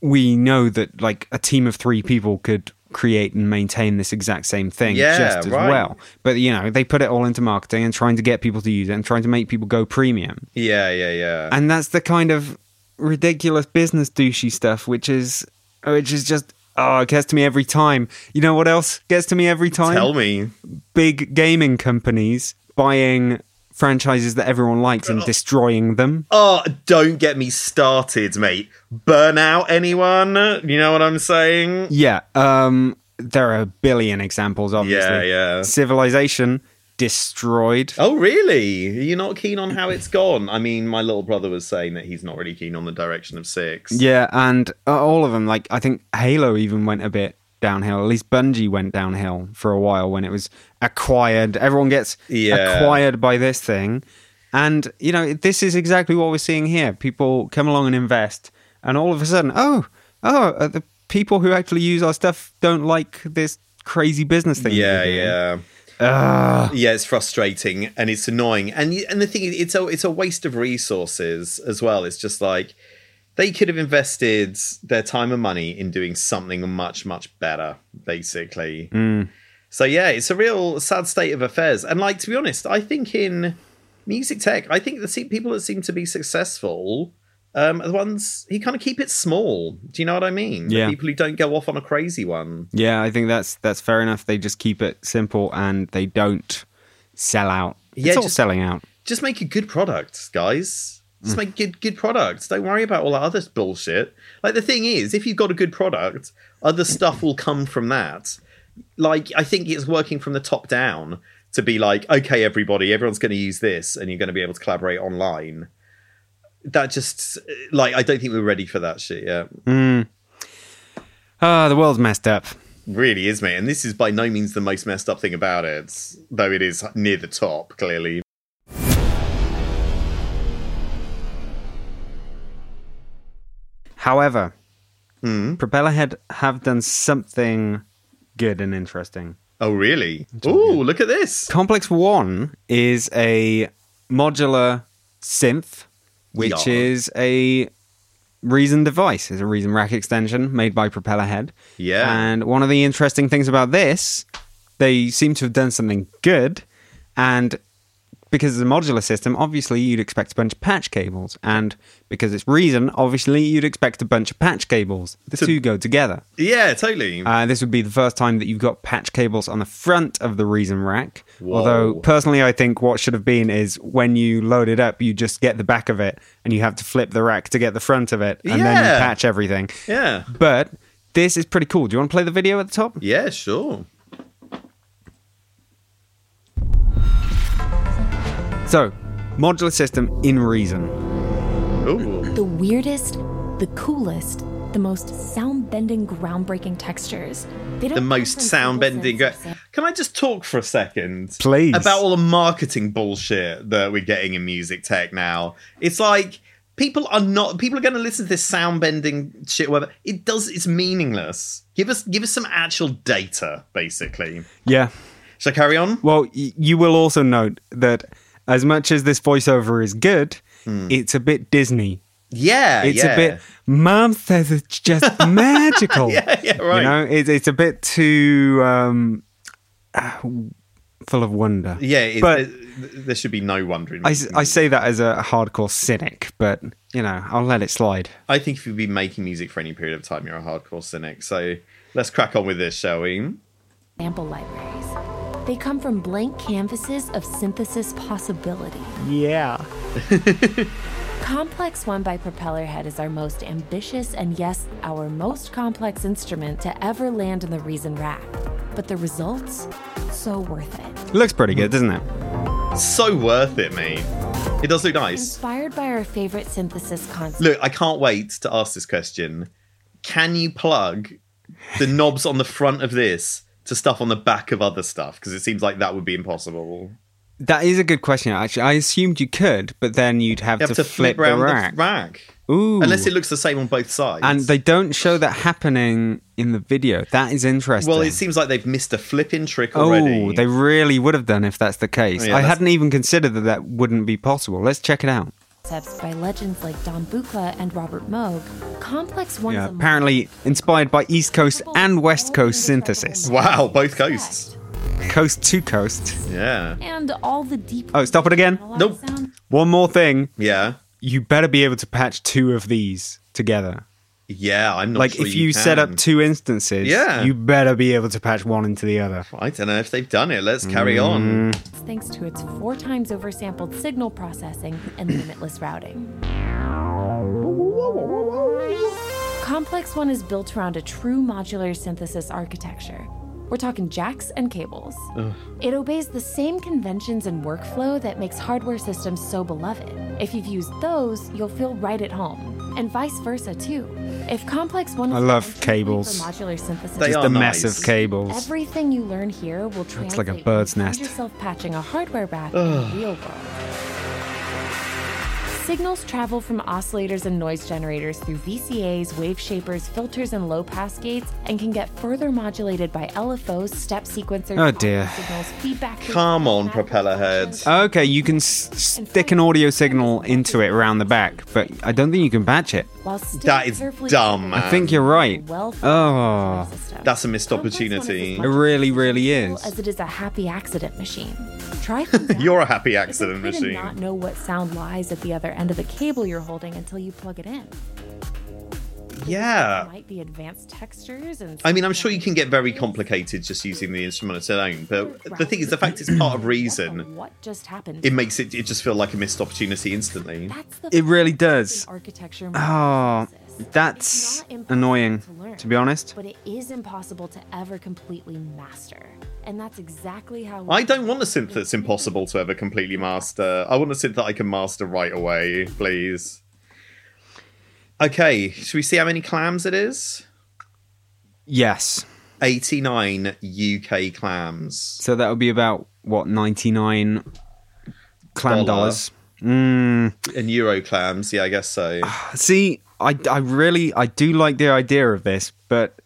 Speaker 1: we know that like a team of three people could create and maintain this exact same thing
Speaker 2: Yeah,
Speaker 1: just as
Speaker 2: right.
Speaker 1: well. But you know, they put it all into marketing and trying to get people to use it and trying to make people go premium.
Speaker 2: Yeah, yeah, yeah.
Speaker 1: And that's the kind of ridiculous business douchey stuff which is which is just oh, it gets to me every time. You know what else gets to me every time?
Speaker 2: Tell me.
Speaker 1: Big gaming companies buying franchises that everyone likes and destroying them.
Speaker 2: Oh, don't get me started, mate. Burnout anyone? You know what I'm saying?
Speaker 1: Yeah, um, there are a billion examples, obviously.
Speaker 2: Yeah, yeah.
Speaker 1: Civilization destroyed.
Speaker 2: Oh, really? Are you not keen on how it's gone? I mean, my little brother was saying that he's not really keen on the direction of six.
Speaker 1: Yeah, and uh, all of them. Like, I think Halo even went a bit downhill. At least Bungie went downhill for a while when it was acquired. Everyone gets
Speaker 2: Yeah.
Speaker 1: acquired by this thing. And you know, this is exactly what we're seeing here. People come along and invest, and all of a sudden, oh, oh, uh, the people who actually use our stuff don't like this crazy business thing. that
Speaker 2: Yeah,
Speaker 1: we're doing.
Speaker 2: yeah. Yeah, it's frustrating and it's annoying. And y- and the thing is it's a it's a waste of resources as well. It's just like they could have invested their time and money in doing something much much better basically. So yeah, it's a real sad state of affairs. And like to be honest, I think in music tech, I think the se- people that seem to be successful um, are the ones who kind of keep it small. Do you know what I mean? The
Speaker 1: Yeah.
Speaker 2: people who don't go off on a crazy one.
Speaker 1: Yeah, I think that's that's fair enough. They just keep it simple and they don't sell out.
Speaker 2: Yeah,
Speaker 1: it's all
Speaker 2: just-
Speaker 1: selling out.
Speaker 2: just make a good product, guys. Just make good good products. Don't worry about all that other bullshit. Like the thing is, if you've got a good product, other stuff will come from that. Like I think it's working from the top down to be like, okay, everybody, everyone's going to use this, and you're going to be able to collaborate online. That just like I don't think we're ready for that shit yet.
Speaker 1: Ah, the world's messed up.
Speaker 2: Really is, mate. And this is by no means the most messed up thing about it, though it is near the top, clearly.
Speaker 1: However,
Speaker 2: Hmm.
Speaker 1: Propellerhead have done something good and interesting.
Speaker 2: Oh, really? Ooh, look at this.
Speaker 1: Complex One is a modular synth, which
Speaker 2: Yeah.
Speaker 1: is a Reason device is a Reason rack extension made by Propellerhead.
Speaker 2: Yeah.
Speaker 1: And one of the interesting things about this, they seem to have done something good, and because it's a modular system, obviously you'd expect a bunch of patch cables, and because it's Reason, obviously you'd expect a bunch of patch cables. The
Speaker 2: To-
Speaker 1: two go together.
Speaker 2: Yeah, totally.
Speaker 1: Uh, this would be the first time that you've got patch cables on the front of the Reason rack.
Speaker 2: Whoa.
Speaker 1: Although, personally, I think what should have been is when you load it up, you just get the back of it and you have to flip the rack to get the front of it and then you
Speaker 2: Yeah.
Speaker 1: patch everything.
Speaker 2: yeah.
Speaker 1: But this is pretty cool. Do you want to play the video at the top?
Speaker 2: Yeah, sure.
Speaker 1: So, modular system in Reason.
Speaker 2: Ooh.
Speaker 5: The weirdest, the coolest, the most sound bending, groundbreaking textures. They don't
Speaker 2: The
Speaker 5: come
Speaker 2: most
Speaker 5: from
Speaker 2: sound
Speaker 5: simple
Speaker 2: bending.
Speaker 5: sense of
Speaker 2: Can I just talk for a second?
Speaker 1: Please.
Speaker 2: About all the marketing bullshit that we're getting in music tech now. It's like people are not people are going to listen to this sound bending shit whatever it does it's meaningless give us give us some actual data basically
Speaker 1: Yeah.
Speaker 2: shall i carry on
Speaker 1: Well, y- you will also note that as much as this voiceover is good,
Speaker 2: Hmm.
Speaker 1: it's a bit Disney.
Speaker 2: yeah
Speaker 1: It's
Speaker 2: yeah.
Speaker 1: a bit, Mom says it's just magical.
Speaker 2: yeah yeah right
Speaker 1: You know, it's it's a bit too um, ah, full of wonder.
Speaker 2: yeah it,
Speaker 1: but
Speaker 2: it- there should be no wondering
Speaker 1: I, s- I say that as a hardcore cynic, but you know, I'll let it slide.
Speaker 2: I think if you've been making music for any period of time, you're a hardcore cynic. So let's crack on with this, shall we?
Speaker 5: Sample libraries. They come from blank canvases of synthesis possibility.
Speaker 6: Yeah.
Speaker 5: Complex One by Propellerhead is our most ambitious and, yes, our most complex instrument to ever land in the Reason rack. But the results? So worth it.
Speaker 1: Looks pretty good, doesn't it?
Speaker 2: So worth it, mate. It does look nice.
Speaker 5: Inspired by our favorite synthesis concept.
Speaker 2: Look, I can't wait to ask this question. Can you plug the knobs on the front of this to stuff on the back of other stuff? Because it seems like that would be impossible.
Speaker 1: That is a good question. Actually, I assumed you could, but then you'd have,
Speaker 2: You have
Speaker 1: to,
Speaker 2: to, flip,
Speaker 1: the
Speaker 2: around
Speaker 1: rack.
Speaker 2: the rack.
Speaker 1: Ooh.
Speaker 2: Unless it looks the same on both sides.
Speaker 1: and they don't show that happening in the video. That is interesting.
Speaker 2: well, it seems like they've missed a flipping trick already.
Speaker 1: oh, they really would have done if that's the case.
Speaker 2: Yeah,
Speaker 1: I
Speaker 2: that's-
Speaker 1: hadn't even considered that that wouldn't be possible. Let's check it out.
Speaker 5: concepts by legends like Don Buchla and Robert Moog, Complex One's
Speaker 1: Yeah,
Speaker 5: a
Speaker 1: apparently inspired by East Coast and West Coast synthesis.
Speaker 2: Wow, both coasts.
Speaker 1: coast to coast.
Speaker 2: Yeah.
Speaker 5: and all the deep.
Speaker 1: Oh, stop it again.
Speaker 2: Nope.
Speaker 5: Sound-
Speaker 1: One more thing.
Speaker 2: Yeah.
Speaker 1: You better be able to patch two of these together.
Speaker 2: Yeah, I'm not
Speaker 1: Like,
Speaker 2: sure
Speaker 1: if you, set up
Speaker 2: can.
Speaker 1: two instances,
Speaker 2: Yeah.
Speaker 1: you better be able to patch one into the other.
Speaker 2: I don't know if they've done it. Let's carry
Speaker 1: Mm.
Speaker 2: on.
Speaker 5: Thanks to its four times oversampled signal processing and limitless routing. Complex One is built around a true modular synthesis architecture. We're talking jacks and cables. It obeys the same conventions and workflow that makes hardware systems so beloved. If you've used those, you'll feel right at home, and vice versa too. If Complex One, is
Speaker 1: I love
Speaker 5: designed completely
Speaker 1: cables.
Speaker 5: For modular synthesis,
Speaker 2: They
Speaker 1: Just
Speaker 2: are
Speaker 1: a
Speaker 2: nice.
Speaker 1: mess of cables.
Speaker 5: Everything you learn here will translate.
Speaker 1: like a
Speaker 5: when
Speaker 1: bird's
Speaker 5: you find
Speaker 1: nest.
Speaker 5: yourself patching a hardware rack in the real world. Signals travel from oscillators and noise generators through VCAs, wave shapers, filters, and low pass gates, and can get further modulated by LFOs, step sequencers,
Speaker 1: Oh, dear.
Speaker 5: audio signals, feedback. loops,
Speaker 2: Come on,
Speaker 5: macro
Speaker 2: propeller
Speaker 5: functions,
Speaker 2: heads.
Speaker 1: Okay, you can s- stick an audio signal into it around the back, but I don't think you can batch it.
Speaker 5: while still
Speaker 2: That is
Speaker 5: carefully
Speaker 2: dumb,
Speaker 5: controlling
Speaker 2: man.
Speaker 1: I think you're right.
Speaker 5: a well-functioning
Speaker 1: Oh.
Speaker 5: system.
Speaker 2: That's a missed
Speaker 5: Complex one is as
Speaker 2: opportunity.
Speaker 5: much
Speaker 1: It really, really
Speaker 5: as
Speaker 1: is.
Speaker 5: As it is a happy accident machine. Try.
Speaker 2: You're a happy
Speaker 5: It's okay
Speaker 2: accident
Speaker 5: to
Speaker 2: machine.
Speaker 5: not know what sound lies at the other end of the cable you're holding until you plug it in.
Speaker 2: Yeah.
Speaker 5: might be advanced textures and.
Speaker 2: I mean, I'm sure you can get very complicated just using the instrument alone, but the thing is, the fact it's part of reason,
Speaker 5: What just happened?
Speaker 2: it makes it, it just feel like a missed opportunity instantly.
Speaker 5: That's the
Speaker 1: It really does.
Speaker 5: Architecture.
Speaker 1: Oh,
Speaker 5: process.
Speaker 1: that's
Speaker 5: It's not impossible
Speaker 1: annoying,
Speaker 5: to learn,
Speaker 1: to be honest.
Speaker 5: But it is impossible to ever completely master, and that's exactly how.
Speaker 2: I don't want a synth that's impossible to ever completely master. I want a synth that I can master right away, please. Okay, should we see how many clams it is?
Speaker 1: Yes.
Speaker 2: 89 UK clams.
Speaker 1: So that would be about, what, 99 clam
Speaker 2: Dollar.
Speaker 1: dollars?
Speaker 2: And Euro clams, yeah, I guess so.
Speaker 1: See, I, I really, I do like the idea of this, but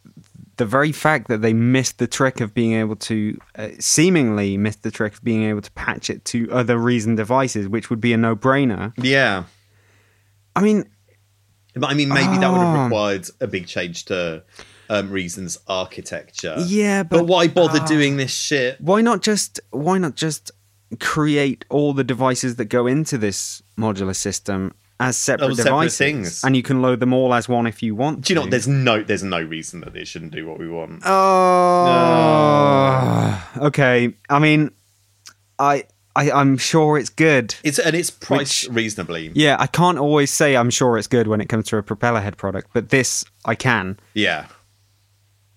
Speaker 1: the very fact that they missed the trick of being able to, uh, seemingly missed the trick of being able to patch it to other Reason devices, which would be a no-brainer.
Speaker 2: Yeah.
Speaker 1: I mean,
Speaker 2: But I mean, maybe that would
Speaker 1: Oh.
Speaker 2: have required a big change to um, Reason's architecture.
Speaker 1: Yeah, but- Ah.
Speaker 2: why bother doing this shit?
Speaker 1: why not just why not just create all the devices that go into this modular system as separate
Speaker 2: separate
Speaker 1: devices
Speaker 2: things.
Speaker 1: and you can load them all as one if you want
Speaker 2: Do you know what?
Speaker 1: to.
Speaker 2: there's no there's no reason that it shouldn't do what we want?
Speaker 1: Uh, oh okay i mean I, I i'm sure it's good
Speaker 2: It's and it's priced reasonably.
Speaker 1: yeah i can't always say i'm sure it's good when it comes to a propeller head product but this i can
Speaker 2: Yeah.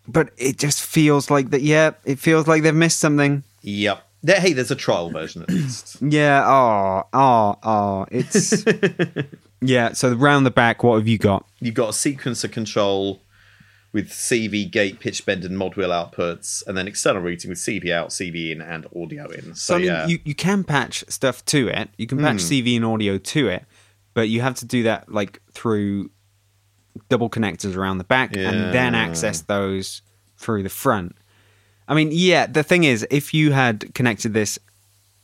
Speaker 1: but it just feels like that yeah it feels like they've missed something
Speaker 2: Yep. There, hey, there's a trial version at least.
Speaker 1: Yeah, oh, oh, oh. It's Yeah, so round the back, what have you got?
Speaker 2: You've got a sequencer control with CV gate, pitch bend, and mod wheel outputs, and then external routing with CV out, CV in, and audio in. So,
Speaker 1: So I mean
Speaker 2: yeah, Hmm.
Speaker 1: you, you can patch stuff to it. You can patch C V and audio to it, but you have to do that like through double connectors around the back and then
Speaker 2: Yeah.
Speaker 1: access those through the front. I mean, yeah, the thing is if you had connected this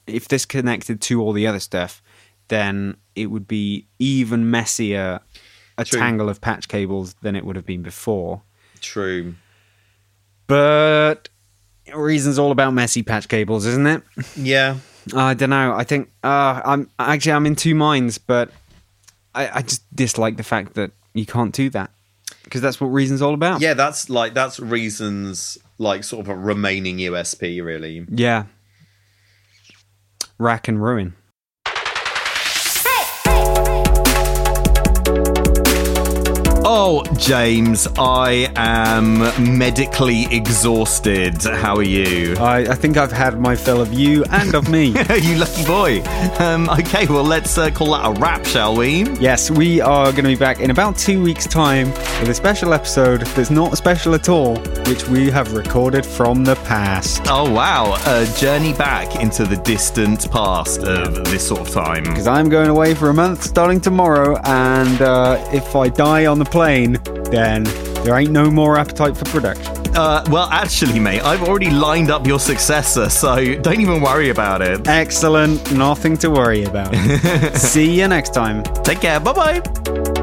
Speaker 1: if this connected to all the other stuff, then it would be even messier a
Speaker 2: True.
Speaker 1: tangle of patch cables than it would have been before.
Speaker 2: true.
Speaker 1: But reason's all about messy patch cables, isn't it?
Speaker 2: Yeah,
Speaker 1: Oh, I don't know. I think uh, I'm actually I'm in two minds, but I, I just dislike the fact that you can't do that because that's what reason's all about.
Speaker 2: yeah. That's like that's reasons like sort of a remaining USP really.
Speaker 1: Yeah. Rack and ruin.
Speaker 7: Oh, James, I am medically exhausted. How are you?
Speaker 1: I, I think I've had my fill of you and of me.
Speaker 7: you lucky boy. Um, okay, well, let's uh, call that a wrap, shall we?
Speaker 1: yes, we are going to be back in about two weeks' time with a special episode that's not special at all, which we have recorded from the past.
Speaker 7: Oh, wow. A journey back into the distant past of this sort of time.
Speaker 1: because I'm going away for a month starting tomorrow, and uh, if I die on the plane, then there ain't no more appetite for production.
Speaker 7: Uh, well, actually, mate, I've already lined up your successor, so don't even worry about it.
Speaker 1: Excellent, nothing to worry about. See you next time.
Speaker 7: Take care. Bye bye.